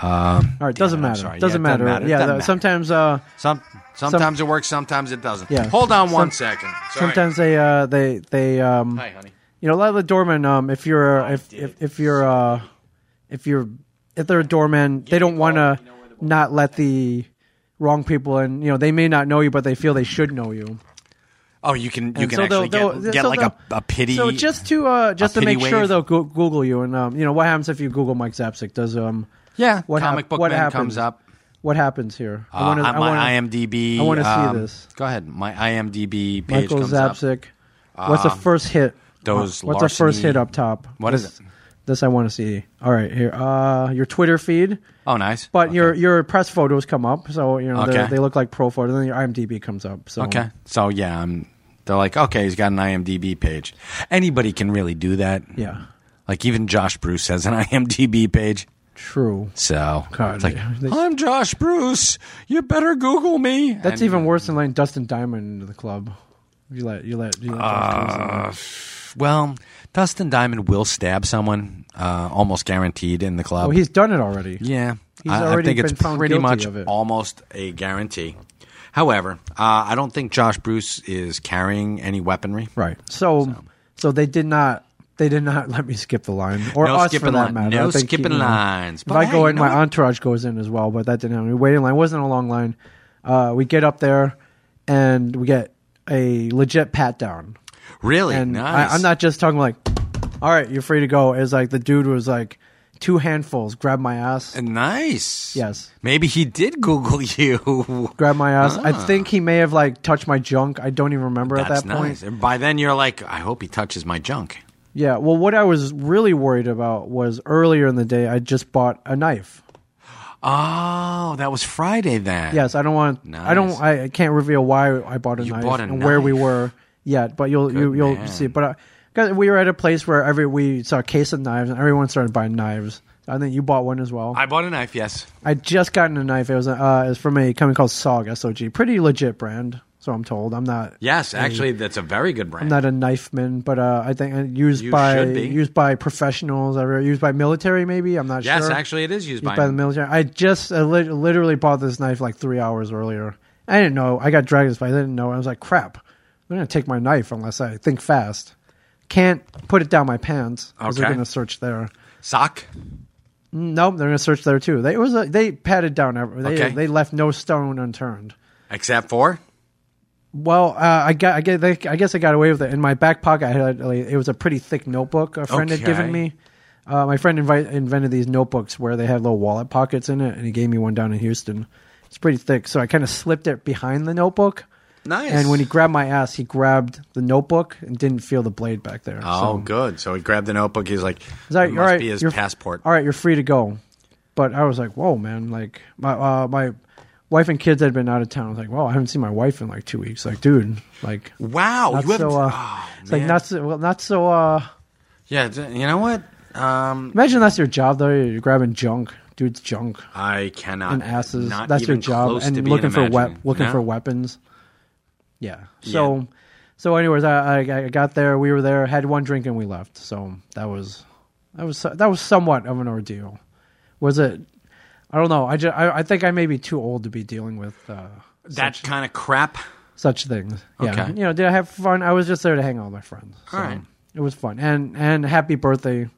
All right. Doesn't Damn it, I'm matter. sorry. Doesn't, Yeah, it matter. doesn't matter. It Yeah. doesn't the- matter. Sometimes. Uh, Some sometimes it works, sometimes it doesn't. Yeah. Hold on one Some- second. Sorry. sometimes they. Uh, they. They. Um, Hi, honey. Oh, You know, a lot of the doormen. Um, if you're. If, if if you're. Uh, if you're. If they're a doorman, they don't want to not let the wrong people in. You know, they may not know you, but they feel they should know you. Oh, you can you And can so actually they'll- get, they'll- get so like a, they'll- a pity. So just to uh, just a to make pity sure wave. they'll go- Google you and um, you know what happens if you Google Mike Zapsik? Does um yeah, what hap- comic book what man happens? comes up. What happens here? Uh, wanna- my wanna- IMDb. I wanna see um, this. Go ahead. My IMDb page Michael comes up. Um, Zapsik. What's the first hit? those What's the first larceny- hit up top? What this, is it? This I want to see. All right, here. Uh, your Twitter feed, Oh, nice. but okay. your your press photos come up, so you know they're- Okay. they look like pro photos. And then your IMDb comes up. So okay. So yeah, I'm, they're like, okay, he's got an IMDb page. Anybody can really do that. yeah, <laughs> Like even Josh Bruce has an IMDb page. True. So God, it's like, they- I'm Josh Bruce. You better Google me. That's And- even worse than letting Dustin Diamond into the club. You let you let you let Josh Bruce in Uh, there. Well, Dustin Diamond will stab someone, uh, almost guaranteed in the club. Oh, he's done it already. yeah, He's I, I already think been it's found pretty guilty much of it. almost a guarantee. However, uh, I don't think Josh Bruce is carrying any weaponry. Right. So, so they did not they did not <laughs> let me skip the line or No us for skipping that line- matter. no I think, skipping you know, lines. If But I hey, go you in, know my what? entourage goes in as well, but that didn't happen. We waited in line. It wasn't a long line. Uh, we get up there and we get a legit pat down. Really? And nice. I, I'm not just talking like, all right, you're free to go. It's like the dude was like two handfuls, grab my ass. Nice. Yes. Maybe he did Google <laughs> you. grab my ass. I think he may have like touched my junk. I don't even remember Ah. That's at that point. nice. And by then, you're like, I hope he touches my junk. Yeah. Well, what I was really worried about was earlier in the day, I just bought a knife. Oh, that was Friday then. Yes, I don't want. I don't. Nice. I I can't reveal why I bought a knife bought a and where we knife. were yet, but you'll you, you'll man. see. But I, 'cause we were at a place where every we saw a case of knives and everyone started buying knives. I think you bought one as well. I, I bought a knife. Yes. just gotten a knife. It was uh, it was from a company called SOG S O G, pretty legit brand. So I'm told. I'm not. Yes, actually, that's a very good brand. I'm not a knife man, but uh, I think uh, used You by should be. used by professionals, or used by military. Maybe I'm not yes, sure. actually, it is used, used by, by the military. I just I lit- literally bought this knife like three hours earlier. I didn't know. I got dragged this, but I didn't know. I was like, crap. I'm gonna take my knife unless I think fast. Can't put it down my pants because they're Okay. gonna search there. sock. Nope, they're gonna search there too. They it was a, they patted down. every- They Okay. they left no stone unturned. Except for Well, uh, I got, I guess, I guess I got away with it. In my back pocket, I had like, it was a pretty thick notebook a friend had given Okay. me. Uh, my friend invi- invented these notebooks where they had little wallet pockets in it, and he gave me one down in Houston. It's pretty thick, so I kind of slipped it behind the notebook. nice. And when he grabbed my ass, he grabbed the notebook and didn't feel the blade back there. oh, so, good. So he grabbed the notebook. He's like, He's like, it "All must right, be his you're- passport. All right, you're free to go. But I was like, whoa, man! Like my uh, my wife and kids had been out of town. I was like, whoa, I haven't seen my wife in like two weeks. Like, dude, like Wow, not you haven't. so uh, oh, it's like man. not so well not so uh Yeah, d- you know what? Um, imagine that's your job though you're grabbing junk dude's junk I cannot. and asses Uh, Not that's your even job close to and being looking for wep- imagined. looking No? for weapons yeah so so anyways I, I i got there we were there had one drink and we left so that was that was that was somewhat of an ordeal was it i don't know i just i, I think i may be too old to be dealing with uh that kind of crap. such things. Yeah. Okay. You know, did I have fun? I was just there to hang out with my friends. So All right. It was fun. And and happy birthday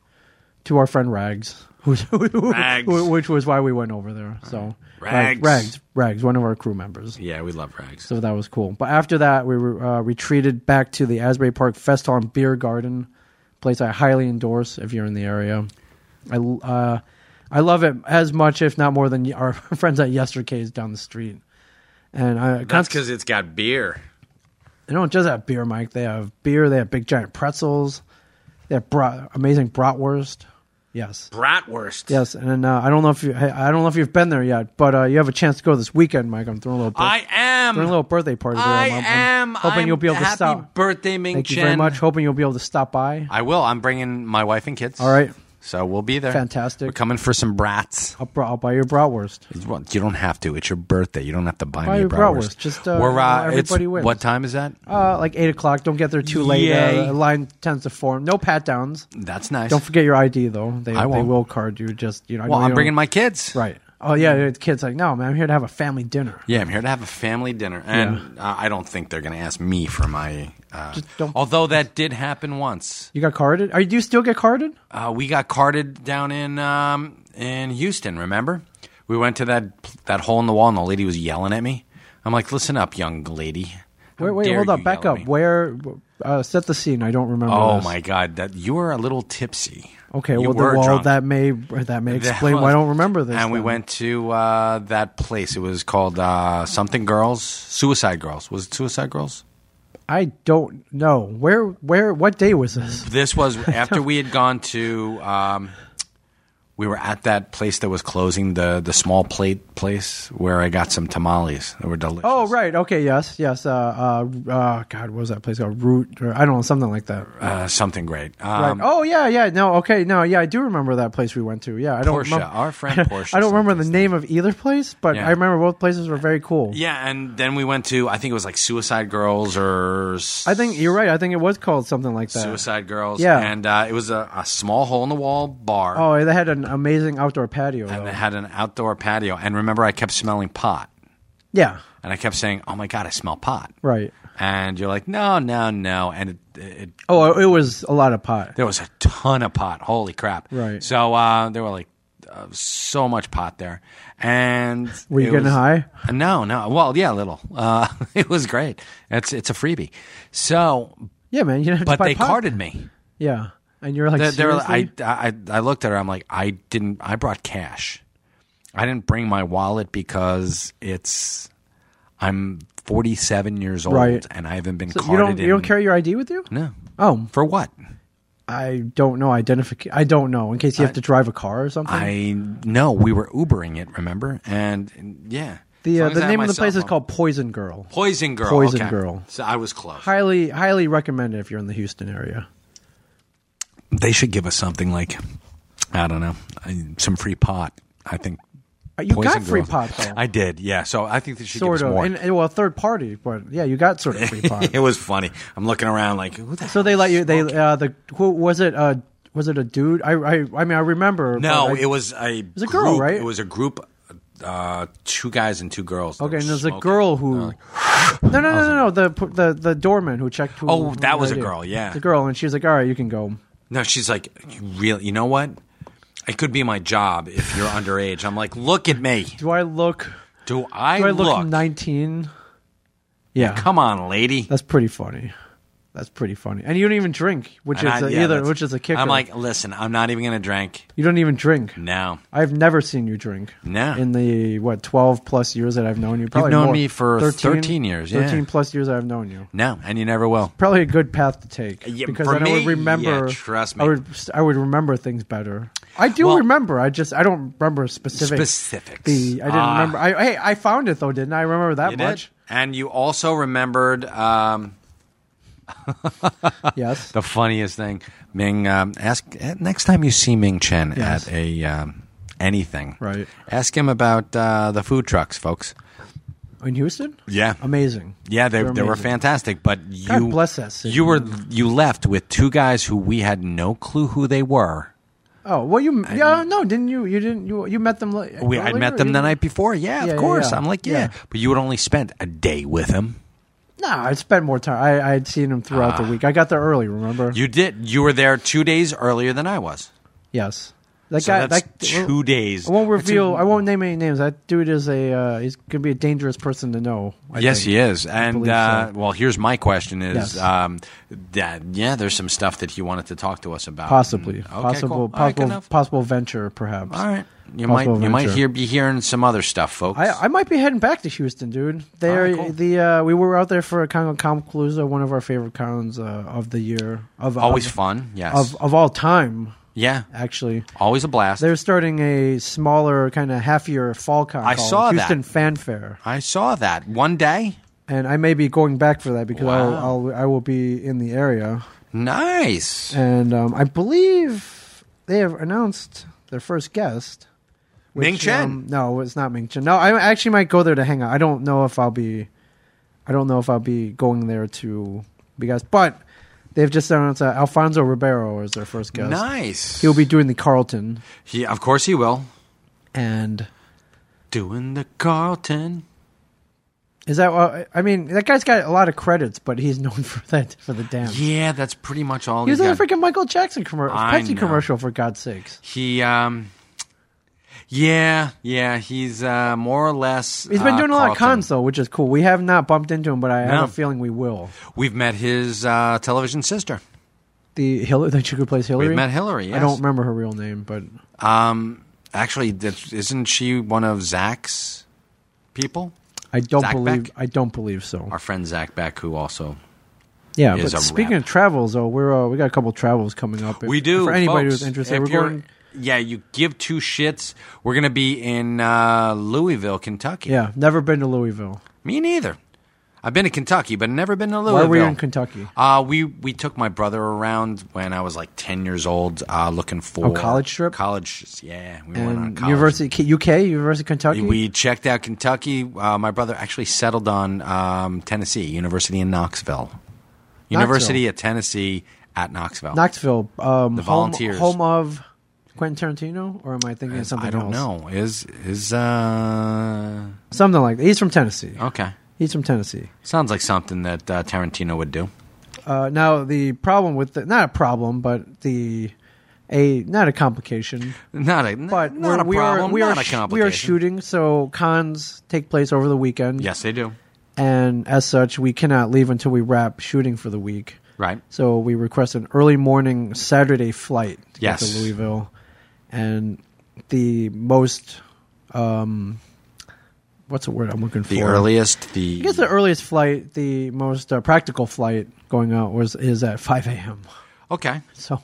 to our friend Rags, <laughs> who's, Rags. which was why we went over there. So Rags. Rags, Rags, one of our crew members. Yeah, we love rags. So that was cool. But after that, we were, uh, retreated back to the Asbury Park Fest Hall and Beer Garden, place I highly endorse if you're in the area. I l- uh, I love it as much, if not more, than y- our <laughs> friends at Yestercase down the street. And I That's because it's got beer. they don't just have beer, Mike. They have beer. They have big giant pretzels. They have brat, amazing bratwurst. Yes, Bratwurst. yes. And then, uh, I don't know if you, hey, I don't know if you've been there yet, but uh, you have a chance to go this weekend, Mike. I'm throwing a little, bir- I am. throwing a little birthday party. there. I I'm- I'm am. hoping I'm you'll be able happy to stop. birthday, Ming Thank you Chen. very much. Hoping you'll be able to stop by. I will. I'm bringing my wife and kids. All right, So we'll be there. Fantastic. We're coming for some brats. I'll, bra- I'll buy your bratwurst. Well, you don't have to. It's your birthday. You don't have to buy, Buy me a your bratwurst. bratwurst. Just, uh, We're, you know, it's- everybody wins. What time is that? Uh, like eight o'clock. Don't get there too late. Yay. Uh, line tends to form. No pat downs. That's nice. Don't forget your ID though. They I they won't. will card you. Just you know. I well, know you I'm don't- bringing my kids. Right. Oh yeah, the kid's like, no, man, I'm here to have a family dinner. Yeah, I'm here to have a family dinner, and uh, I don't think they're going to ask me for my. Uh, don't- although that did happen once. You got carded? Are you, do you still get carded? Uh, we got carded down in um, in Houston. Remember, we went to that that hole in the wall, and the lady was yelling at me. I'm like, "Listen up, young lady." How Wait, wait, dare hold you up, back yell at up. me. Where? Uh, set the scene. I don't remember. Oh this. my god, that you were a little tipsy. Okay, You well, the were wall drunk. that may that <laughs> may That explain was- why I don't remember this. And we then. went to uh, that place. It was called uh, something girls, Suicide Girls. Was it Suicide Girls? I don't know where <laughs> where what day was this? This was after we had gone to. Um, we were at that place that was closing the the small plate place where I got some tamales that were delicious. Oh right, okay, yes, yes. Uh, uh, uh God, what was that place called? Root, or I don't know, something like that. uh, something great. Right. Um, oh yeah, yeah. No, okay, no, yeah. I do remember that place we went to. Yeah, I don't. Portia, remember, our friend Portia <laughs> I don't remember sent the us name of either place, but Yeah. I remember both places were very cool. Yeah, and then we went to I think it was like Suicide Girls or s- I think you're right. I think it was called something like that. Suicide Girls. Yeah. and uh, it was a, a small hole in the wall bar, Oh, they had an amazing outdoor patio. and Though. it had an outdoor patio. And remember, I kept smelling pot, Yeah, and I kept saying, "Oh my god, I smell pot." right. And you're like, "No, no, no," and it, it Oh, it was a lot of pot. there was a ton of pot. Holy crap! Right. So uh, there were like uh, so much pot there, and Were you it getting was- Uh, high? No, no. Well, yeah, a little. Uh, <laughs> it was great. It's it's a freebie. So, Yeah, man. You didn't have to but buy they pot. carded me. Yeah, and you're like, They, they were, I, "Seriously?" I I looked at her. I'm like, I didn't. I brought cash. I didn't bring my wallet because it's. I'm 47 years old Right. and I haven't been So carded. you don't you don't in- carry your ID with you? No. Oh, For what? I don't know identification. I don't know in case you have to drive a car or something. I no. We were Ubering it. Remember? And, and, yeah. As the uh, long as the I have name my of the cell place is phone. called Poison Girl. Poison Girl. Poison okay. Girl. So I was close. Highly highly recommended if you're in the Houston area. They should give us something like, I don't know, some free pot. I think. Uh, You Poison got free Girl- pot though, I did, yeah. So I think they should sort give us of, more. and, and well, third party, but yeah, you got sort of free <laughs> pot. it was funny. I'm looking around like, who <laughs> the So they let you. They uh, the who was it? Uh, was it a dude? I I, I mean I remember. No, but I- it was a it was a girl, right? It was a group, uh, two guys and two girls. that okay. were And there's a smoking. girl who. They're like, no, no, no, no, no. The the the doorman who checked. Who, Oh, who that was let a in. girl, yeah. the girl, and she was like, "All right, you can go." no, she's like, you really? You know what? It could be my job if you're underage. I'm like, look at me. Do I look? Do I, Do I look look? nineteen? Yeah, Come on, lady. that's pretty funny. That's pretty funny. And you don't even drink, which And is I- a, yeah, either, that's- which is a kicker. I'm like, listen, I'm not even gonna drink you don't even drink. now. I've never seen you drink. No. In the what twelve plus years that I've known you, probably known more. me for 13 years, yeah. thirteen plus years that I've known you. No, and you never will. probably a good path to take Yeah, because for then I would me, remember. yeah, trust I me. would I would remember things better. I do Well- remember. I just I don't remember specific Specifics. The I didn't Ah. remember. I hey I found it though, didn't I? I remember that You did? much. And you also remembered um, <laughs> Yes. the funniest thing. Ming, um, ask eh, next time you see Ming Chen Yes. at a um, anything. Right. Ask him about uh, the food trucks, folks. In Houston. Yeah. Amazing. Yeah, they, They're they were amazing. fantastic, but you God bless that city. You were you left with two guys who we had no clue who they were. Oh well, you yeah no didn't you you didn't you you met them like We, I met them the night before. Yeah, Yeah, of yeah, course. yeah. I'm like, yeah. Yeah. but you had only spent a day with him. No, I spent more time. I I had seen them throughout the week. I got there early. Remember? Ah. You did. You were there two days earlier than I was. yes. That So guy. that's that, two days. I won't That's a- reveal. I I won't name any names. That dude is a. Uh, he's gonna be a dangerous person to know. I yes, think. he is. And believe uh, well, here's my question: Is Yes. um, that yeah? There's some stuff that he wanted to talk to us about. Possibly, Mm, Okay, cool. possible, All right, good possible, enough. possible venture, perhaps. All right. You might Possible you might venture. hear be hearing some other stuff, folks. I, I might be heading back to Houston, dude. They All are right, cool. the uh, we were out there for a Congo Comclusa, one of our favorite cons uh, of the year of always of, fun. Yes. of of all time. yeah. Actually, Always a blast. they're starting a smaller, kind of half-year fall con. I called saw that. Houston Fanfare. I saw that one day. and I may be going back for that because Wow. I'll, I'll I will be in the area, Nice. and um, I believe they have announced their first guest. which, Ming Chen. um, no, it's not Ming Chen. No, I actually might go there to hang out. I don't know if I'll be, I don't know if I'll be going there to be guests, but they've just announced uh, Alfonso Ribeiro is their first guest. nice. He'll be doing the Carlton, He, of course, he will. and Doing the Carlton. is that? Uh, I mean, that guy's got a lot of credits, but he's <laughs> known for that for the damn. Yeah, that's pretty much all. He was he in a got. freaking Michael Jackson commercial, I Pepsi know. commercial for God's sakes. He, um, yeah, yeah, he's uh, more or less. He's been uh, doing a lot of Carlton. cons though, which is cool. We have not bumped into him, but I No. have a feeling we will. We've met his uh, television sister. The Hillary, the chick who plays Hillary. We've met Hillary. Yes. I don't remember her real name, but Um, actually, that, isn't she one of Zach's people? I don't Zach believe Beck? I don't believe so. Our friend Zach Beck, who also Yeah, is but a speaking rep. of travels, though, we're uh, we got a couple travels coming up. If- we do. for anybody folks. who's interested. If we're you're going yeah, you give two shits. We're gonna be in uh, Louisville, Kentucky. Yeah, never been to Louisville. Me neither. I've been to Kentucky, but never been to Louisville. Why were you in Kentucky? Uh, we we took my brother around when I was like ten years old, uh, looking for Oh, college trip? College, yeah, we went on And college. University K- UK, University of Kentucky. We checked out Kentucky. Uh, my brother actually settled on um, Tennessee University in Knoxville, University of Tennessee at Knoxville. Knoxville, um, The home- Volunteers. home, of Quentin Tarantino, or am I thinking of something? I don't else? know. Is is uh Something like that. He's from Tennessee. okay? He's from Tennessee. Sounds like something that uh, Tarantino would do. Uh, now the problem with the, not a problem, but the a not a complication, Not a but not we're, a we problem. are we not are a sh- we complication. are shooting, so cons take place over the weekend. Yes, they do. and as such, we cannot leave until we wrap shooting for the week. Right. So we request an early morning Saturday flight to Yes. get to Louisville, and the most um, what's the word I'm looking for? The earliest, the I guess the earliest flight, the most uh, practical flight going out was is at <laughs> 5 a.m. okay. So,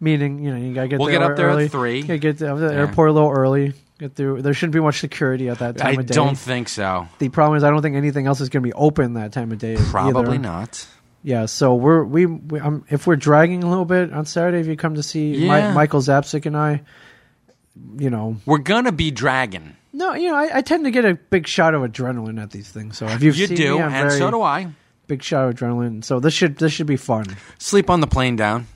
meaning you know you gotta get We'll there get up there at early. three. Gotta get to the Yeah. airport a little early. Get through. There shouldn't be much security at that time I of day. don't think so. the problem is I don't think anything else is gonna be open that time of day. Probably either. not. Yeah, so we're we, we um, if we're dragging a little bit on Saturday, if you come to see Yeah. Mi- Michael Zapsik and I, you know, We're gonna be dragging. no, you know, I, I tend to get a big shot of adrenaline at these things. So if you've You seen do, me, I'm and very so do I. big shot of adrenaline. So this should this should be fun. Sleep on the plane down.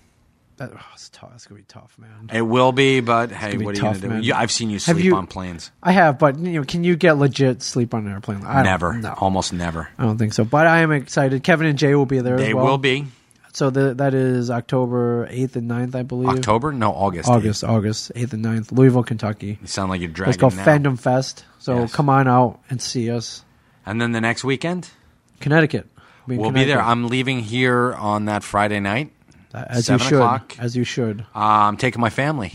That, oh, it's tough. It's gonna be tough, man. It will be, but hey, gonna be what are tough, you gonna man. do? You, I've seen you Have sleep you- on planes. I have, but you know, can you get legit sleep on an airplane? I don't- Never, No, almost never. I don't think so. But I am excited. Kevin and Jay will be there. They as well. will be So the, that is October eighth and 9th, I believe. October, no August. August, August eighth and 9th, Louisville, Kentucky. You sound like you're dragging Let's go now. Fandom Fest. So Yes. come on out and see us. And then the next weekend, Connecticut. Be in we'll be there. Connecticut. I'm leaving here on that Friday night. as you seven should. o'clock. As you should. Uh, I'm taking my family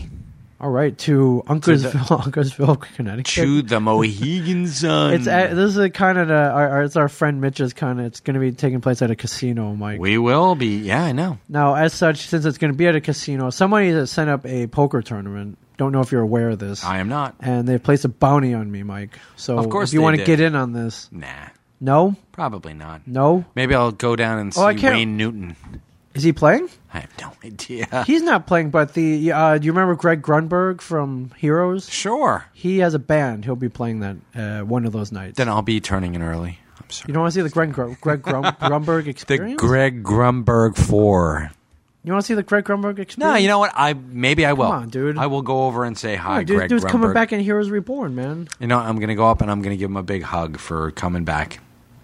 All right, to <laughs> Uncasville, Uncasville, Connecticut. to the Mohegan Sun. It's at, this is kind of our, our it's our friend Mitch's kind of it's going to be taking place at a casino, Mike. we will be. Yeah, I know. now, as such, since it's going to be at a casino, somebody has sent up a poker tournament. Don't know if you're aware of this, I am not. and they placed a bounty on me, Mike. So Of course if you they want to did. get in on this, Nah, no, probably not. no, Maybe I'll go down and see Oh, I can't- Wayne Newton. is he playing? I have no idea. He's not playing, but the uh, do you remember Greg Grunberg from Heroes? Sure. He has a band. He'll be playing that uh, one of those nights. Then I'll be turning in early. I'm sorry. you don't want to see the Greg Gr- Greg <laughs> Grum- Grunberg The experience. Greg Grumberg Four. you want to see the Greg Grunberg experience? No, you know what? I maybe I will. on, dude. I will go over and say hi, Yeah, dude, Greg dude's coming Grumberg. back in Heroes Reborn, man. You know, I'm gonna go up and I'm gonna give him a big hug for coming back.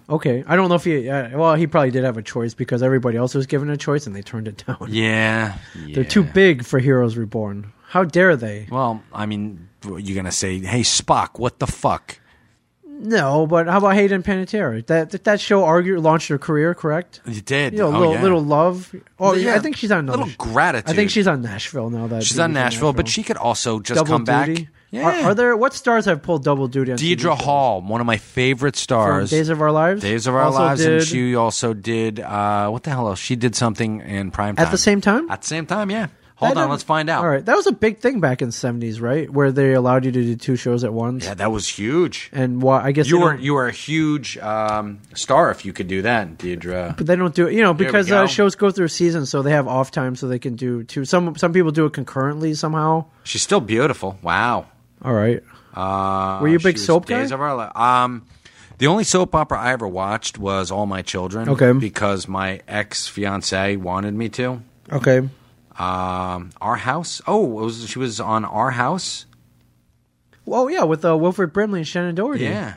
Okay, I don't know if he. Uh, well, he probably did have a choice because everybody else was given a choice and they turned it down. Yeah, They're too big for Heroes Reborn. How dare they? Well, I mean, you're gonna say, "Hey, Spock, what the fuck?" No, but how about Hayden Panettiere? That that- that show argue launched her career, correct? You did. You know, oh, little yeah. little love. Oh, yeah. Yeah. I think she's on another Little sh- gratitude. I think she's on Nashville now. That she's on Nashville, but she could also just double come duty. back. Yeah. Are, are there what stars have pulled double duty? On TV Deidre shows? Hall, one of my favorite From stars. Days of Our Lives. Days of Our Also Lives, and did- she also did uh, what the hell else? She did something in prime time at the same time. at the same time. Yeah. Hold That on, didn't- let's find out. All right, that was a big thing back in the seventies, right? Where they allowed you to do two shows at once. Yeah, that was huge. And why? I guess You they were don't- you were a huge um, star if you could do that, Deidre. But they don't do it, you know, because go. uh, shows go through seasons, so they have off time, so they can do two. Some some people do it concurrently somehow. She's still beautiful. Wow. All right, Uh, Were you a big she was soap guy? Days of Our Lives. Um, the only soap opera I ever watched was All My Children. Okay. Because my ex fiance wanted me to. okay. Um, Our House. Oh, it was, she was on Our House. Well, yeah, with uh, Wilfred Brimley and Shannon Doherty. Yeah.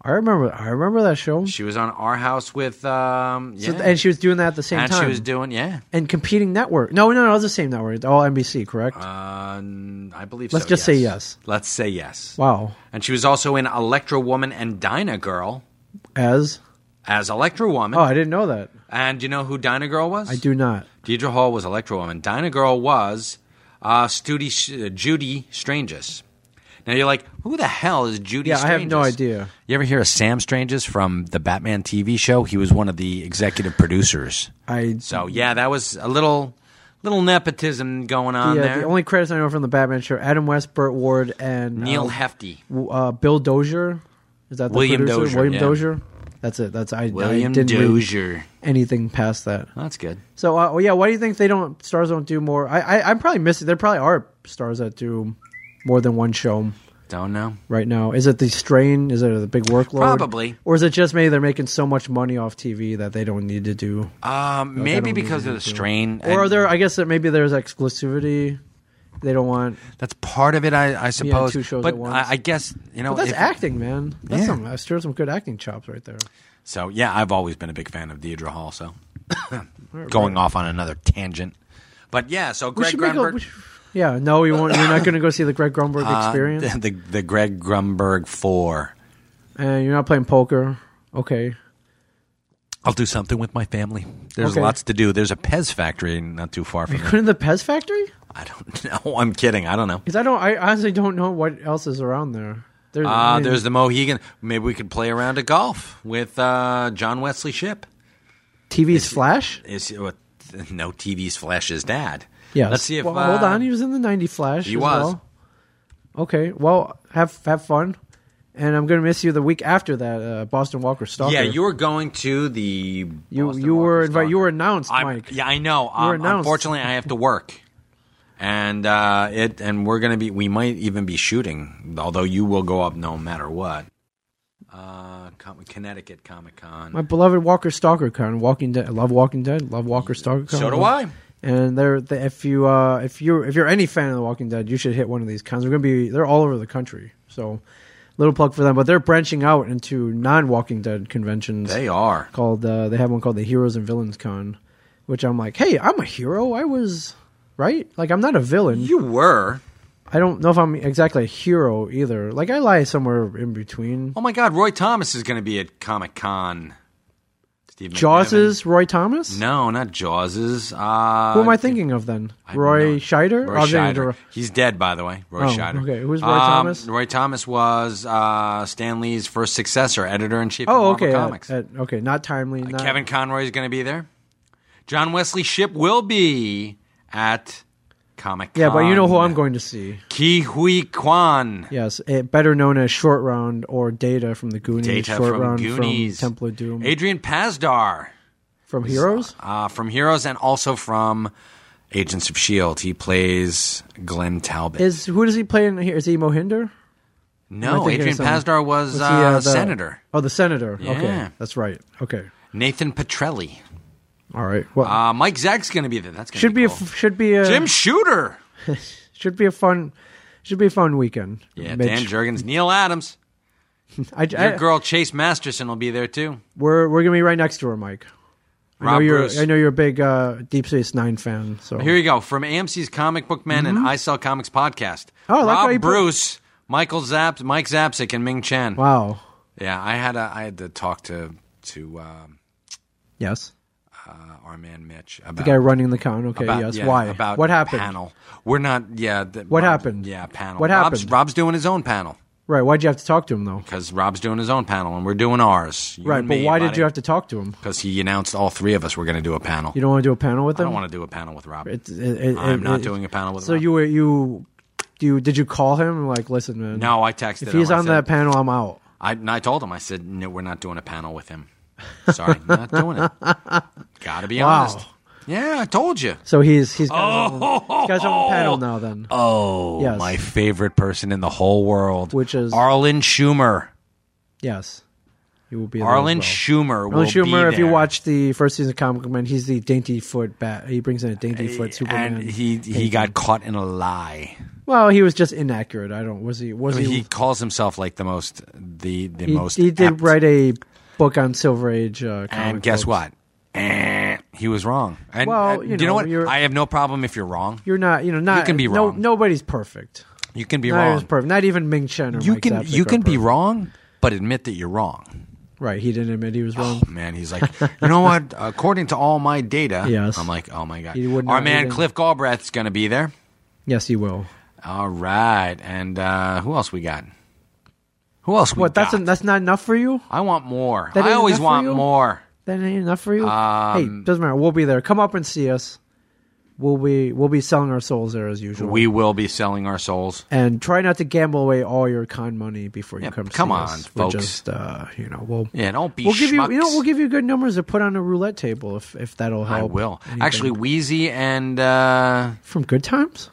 I remember. I remember that show. She was on Our House with. Um, yeah. So- and she was doing that at the same And time. she was doing yeah. and competing network. No, no, no, it was the same network. All NBC, correct? Um, Uh, I believe. Let's so, just say yes. Let's say yes. wow. And she was also in Electra Woman and Dinah Girl As as Electra Woman. oh, I didn't know that. And you know who Dinah Girl was? I do not. Deidre Hall was Electra Woman. Dinah Girl was uh, Studi- uh, Judy Stranges. Now you're like, who the hell is Judy Yeah, I Stranges? have no idea. You ever hear of Sam Stranges from the Batman TV show? He was one of the executive producers. I So yeah, that was a little little nepotism going on yeah, there. the only credits I know from the Batman show: Adam West, Burt Ward, and Neil uh, Hefty. w- uh, Bill Dozier. Is that the William producer? Dozier, William yeah. Dozier. That's it. That's I. I William didn't read Dozier. anything past that. That's good. So uh, well, yeah, why do you think they don't stars don't do more? I, I I'm probably missing. There probably are stars that do more than one show Don't know. right now. Is it the strain? Is it the big workload? Probably. Or is it just maybe they're making so much money off TV that they don't need to do? Um, maybe don't because really of the strain. Or are and there? I guess that maybe there's exclusivity. They don't want. That's part of it, I, I suppose. two shows but at once. I, I guess you know But that's if- acting, man. That's Yeah. some. I stirred some good acting chops right there. So yeah, I've always been a big fan of Deidre Hall. <coughs> So going off on another tangent, but yeah. So We Greg should make a- Grunberg, we should- yeah, no, you won't. You're not going to go see the Greg Grumberg <laughs> uh, experience, the, the the Greg Grumberg four. and you're not playing poker. Okay, <laughs> I'll do something with my family. There's Okay. lots to do. There's a Pez factory not too far from. here. couldn't the Pez Factory? <laughs> I don't know. I'm kidding. I don't know. Because I don't. I honestly don't know what else is around there. There's, I Uh, mean, there's the Mohegan. Maybe we could play around at golf with uh, John Wesley Ship. TV's Flash. Is uh, <laughs> no TV's Flash's dad. Yes. Let's see if Well, uh, hold on. He was in the '90 Flash. He as was. Well. Okay. Well, have have fun, and I'm going to miss you the week after that. Uh, Boston Walker Stalker. Yeah, you were going to the. you Boston Walker you were invited. Stalker. You were announced, I'm- Mike. Yeah, I know. were Um, announced. unfortunately, I have to work, and uh, it and we're gonna be. We might even be shooting, although you will go up no matter what. Uh, Com- Connecticut Comic My Con. beloved Walker Stalker Con. Walking Dead. I love Walking Dead. Love Walker Stalker Con. So do Love- I. And they're, they, if you uh, if you if you're any fan of The Walking Dead, you should hit one of these cons. They're gonna be they're all over the country. So little plug for them, but they're branching out into non Walking Dead conventions. They are. called uh, they have one called the Heroes and Villains Con, which I'm like, hey, I'm a hero. I was right. Like I'm not a villain. You were. I don't know if I'm exactly a hero either. Like I lie somewhere in between. Oh my God, Roy Thomas is gonna be at Comic Con. Steve McNiven. Jaws's Roy Thomas. No, not Jaws's. Uh, Who am I thinking of then? Roy Scheider. Roy Oh, yeah, Scheider. He's dead, by the way. Roy Oh, Scheider. okay. Who's Roy Um, Thomas? Roy Thomas was uh, Stan Lee's first successor, editor in chief. Oh, of Marvel okay. at- Comics. Uh, at- okay, not timely. not, Kevin Conroy is going to be there. John Wesley Ship will be at Comic Con. Yeah, but you know who I'm going to see. Ki Hui Kwan. Yes, eh, better known as Short Round or Data from the Goonies. Data Short from Round Goonies. from Temple of Doom. Adrian Pazdar from Heroes. uh, from Heroes and also from Agents of S.H.I.E.L.D. E He plays Glenn Talbot. Is who does he play in here? Is he Mohinder? Am I no, thinking Adrian of some- Pazdar was, Was he, uh, uh, the- senator. Oh, the senator. Yeah. Okay, that's right. Okay, Nathan Petrelli. all right. Well, Uh, Mike Zag's going to be there. That's going to should be a cool. f- should be a Jim Shooter. should be a fun should be a fun weekend. Yeah, Mitch. Dan Jurgens, Neil Adams. I, Your I- girl Chase Masterson will be there too. we're we're gonna be right next to her, Mike. I know Rob you're Bruce. I know you're a big uh, Deep Space Nine fan. So Here you go from AMC's Comic Book Men and I Sell Comics podcast. Mm-hmm. Oh, I like how Rob you put- Bruce, Michael Zaps, Mike Zapsik, and Ming Chen. wow, Yeah, I had a, I had to talk to to um, yes, uh, our man Mitch the about guy running the con. Okay, about- yes. yeah, Why? about what happened? Panel. We're not. Yeah. The, What Rob- happened? Yeah, panel. What Rob's- happened? Rob's doing his own panel. Right? Why'd you have to talk to him though? because Rob's doing his own panel and we're doing ours. Right, but why did you have to talk to him? Because he announced all three of us were going to do a panel. You don't want to do a panel with I him. don't want to do a panel with Rob. It's- it- it- I'm it- not it- doing a panel with So Rob. you were you, you did you call him and like listen man? no, I texted If him. he's I on said- that panel, I'm out. I, and I told him. I said, no, we're not doing a panel with <laughs> him. Sorry, not doing it. Got to be Wow. honest. Yeah, I told you. So he's he's got, his, own, he's got his own panel now. Then <laughs> Oh, Yes. my favorite person in the whole world, Which is- Arlen Schumer. yes, he will be there as Arlen well. Schumer. Arlen will be Schumer. If you there. watch the first season of Comic Book Man, he's the dainty foot bat. He brings in a dainty foot Superman. and he he got caught in a lie. well, he was just inaccurate. I don't was he was But he he calls himself like the most the the he, most he did apt. write a book on Silver Age. Uh, comic and guess books. what Eh, he was wrong and Well, uh, you you, know, know, what you're- i have no problem if you're wrong You're not. You know. Not. can be no- wrong. Nobody's perfect. you can be Nobody's wrong perfect. Not even Ming Chen or you Mike can Zapsik you are can be perfect. wrong but admit that you're wrong right. He didn't admit he was wrong. oh man he's like you know <laughs> what according to all my data Yes. i'm like oh my god He would our not man even- cliff galbraith's gonna be there Yes, he will. all right and uh who else we got who else we What? That's got? Uh, en- that's not enough for you. i want more That i ain't always enough for want you? more That ain't enough for you. hey, Um, doesn't matter. We'll be there. Come up and see us. we'll be we'll be selling our souls there as usual. We will be selling our souls. and try not to gamble away all your kind money before you Yeah, come. come see on, us. We're folks. Just uh, you know, we'll Yeah, don't be we'll give you you know schmucks. we'll give you good numbers to put on a roulette table if if that'll help. I will. anything. Actually, Wheezy and uh, from Good Times.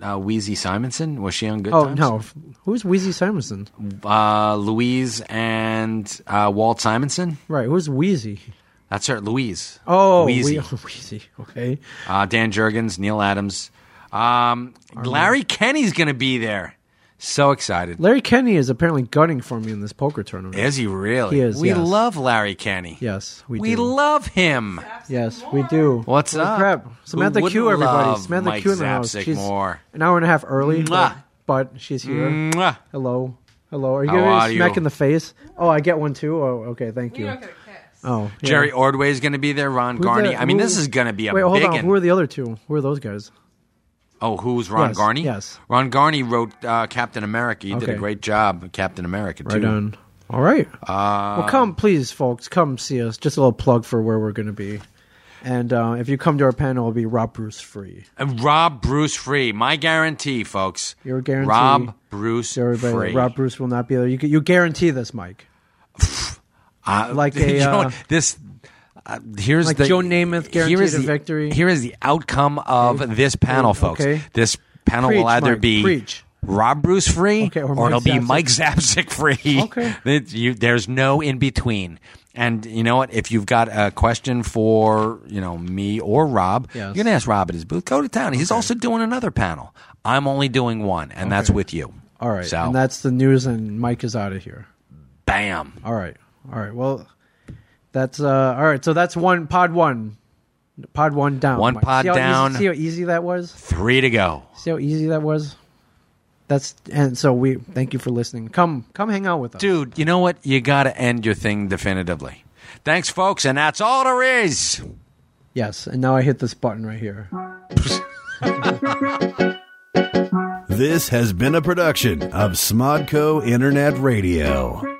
uh, Wheezy Simonson was she on Good Oh Times? no, who's Wheezy Simonson? uh, Louise and uh, Walt Simonson. Right, who's Wheezy? That's her, Louise. Oh, Wheezy. Whe- <laughs> Wheezy. Okay, Uh, Dan Jurgens, Neil Adams, um, Larry Kenny's going to be there. So excited! Larry Kenny is apparently gunning for me in this poker tournament. Is he really? He is, We yes. love Larry Kenny. Yes, we, we do. love him. yes, we do. What's Holy up? Crap, Who Samantha Q, wouldn't everybody. love Samantha Mike Q in the house. Zapsik She's more? an hour and a half early, Mwah. but, but she's here. Mwah. Hello. Hello. Are you How giving me are a smack you? in the face? Oh, I get one too. Oh, okay. Thank you. You're not gonna kiss. Oh, yeah. Jerry Ordway is going to be there. Ron Who the- Garney. I mean, who- this is going to be a wait. Hold big on. Who are the other two? Who are those guys? Oh, who's Ron Yes, Garney? yes. Ron Garney wrote uh, Captain America. He did a Okay. great job, with Captain America too. Right on. All right. Uh, well, come, please, folks, come see us. Just a little plug for where we're going to be. And uh, if you come to our panel, it'll be Rob Bruce free. And Rob Bruce Free, my guarantee, folks. Your guarantee. Rob Bruce So everybody, Free. Rob Bruce will not be there. You, you guarantee this, Mike. Uh, like <laughs> a, you know uh, what? this. Uh, here's like the Joe Namath here is guaranteed a the, victory. Here is the outcome of this panel, okay. folks. This panel Preach, will either Mike, be preach. Rob Bruce Free, Okay, or or, Mike it'll be Zapsik. Mike Zapsik Free. Okay. <laughs> That you- there's no in between. And you know what? If you've got a question for you know me or Rob, Yes. you're gonna ask Rob at his booth. Go to town. He's also doing another panel. I'm only doing one, and that's with you. All right. So And that's the news, and Mike is out of here. bam. All right. All right. Well, that's uh, all right. So that's one pod one, pod one down. One Mike. pod see how down. Easy, see how easy that was. Three to go. See how easy that was. That's and so we thank you for listening. Come, come hang out with us. Dude, you know what? You got to end your thing definitively. Thanks, folks, and that's all there is. Yes. And now I hit this button right here. This has been a production of Smodco Internet Radio.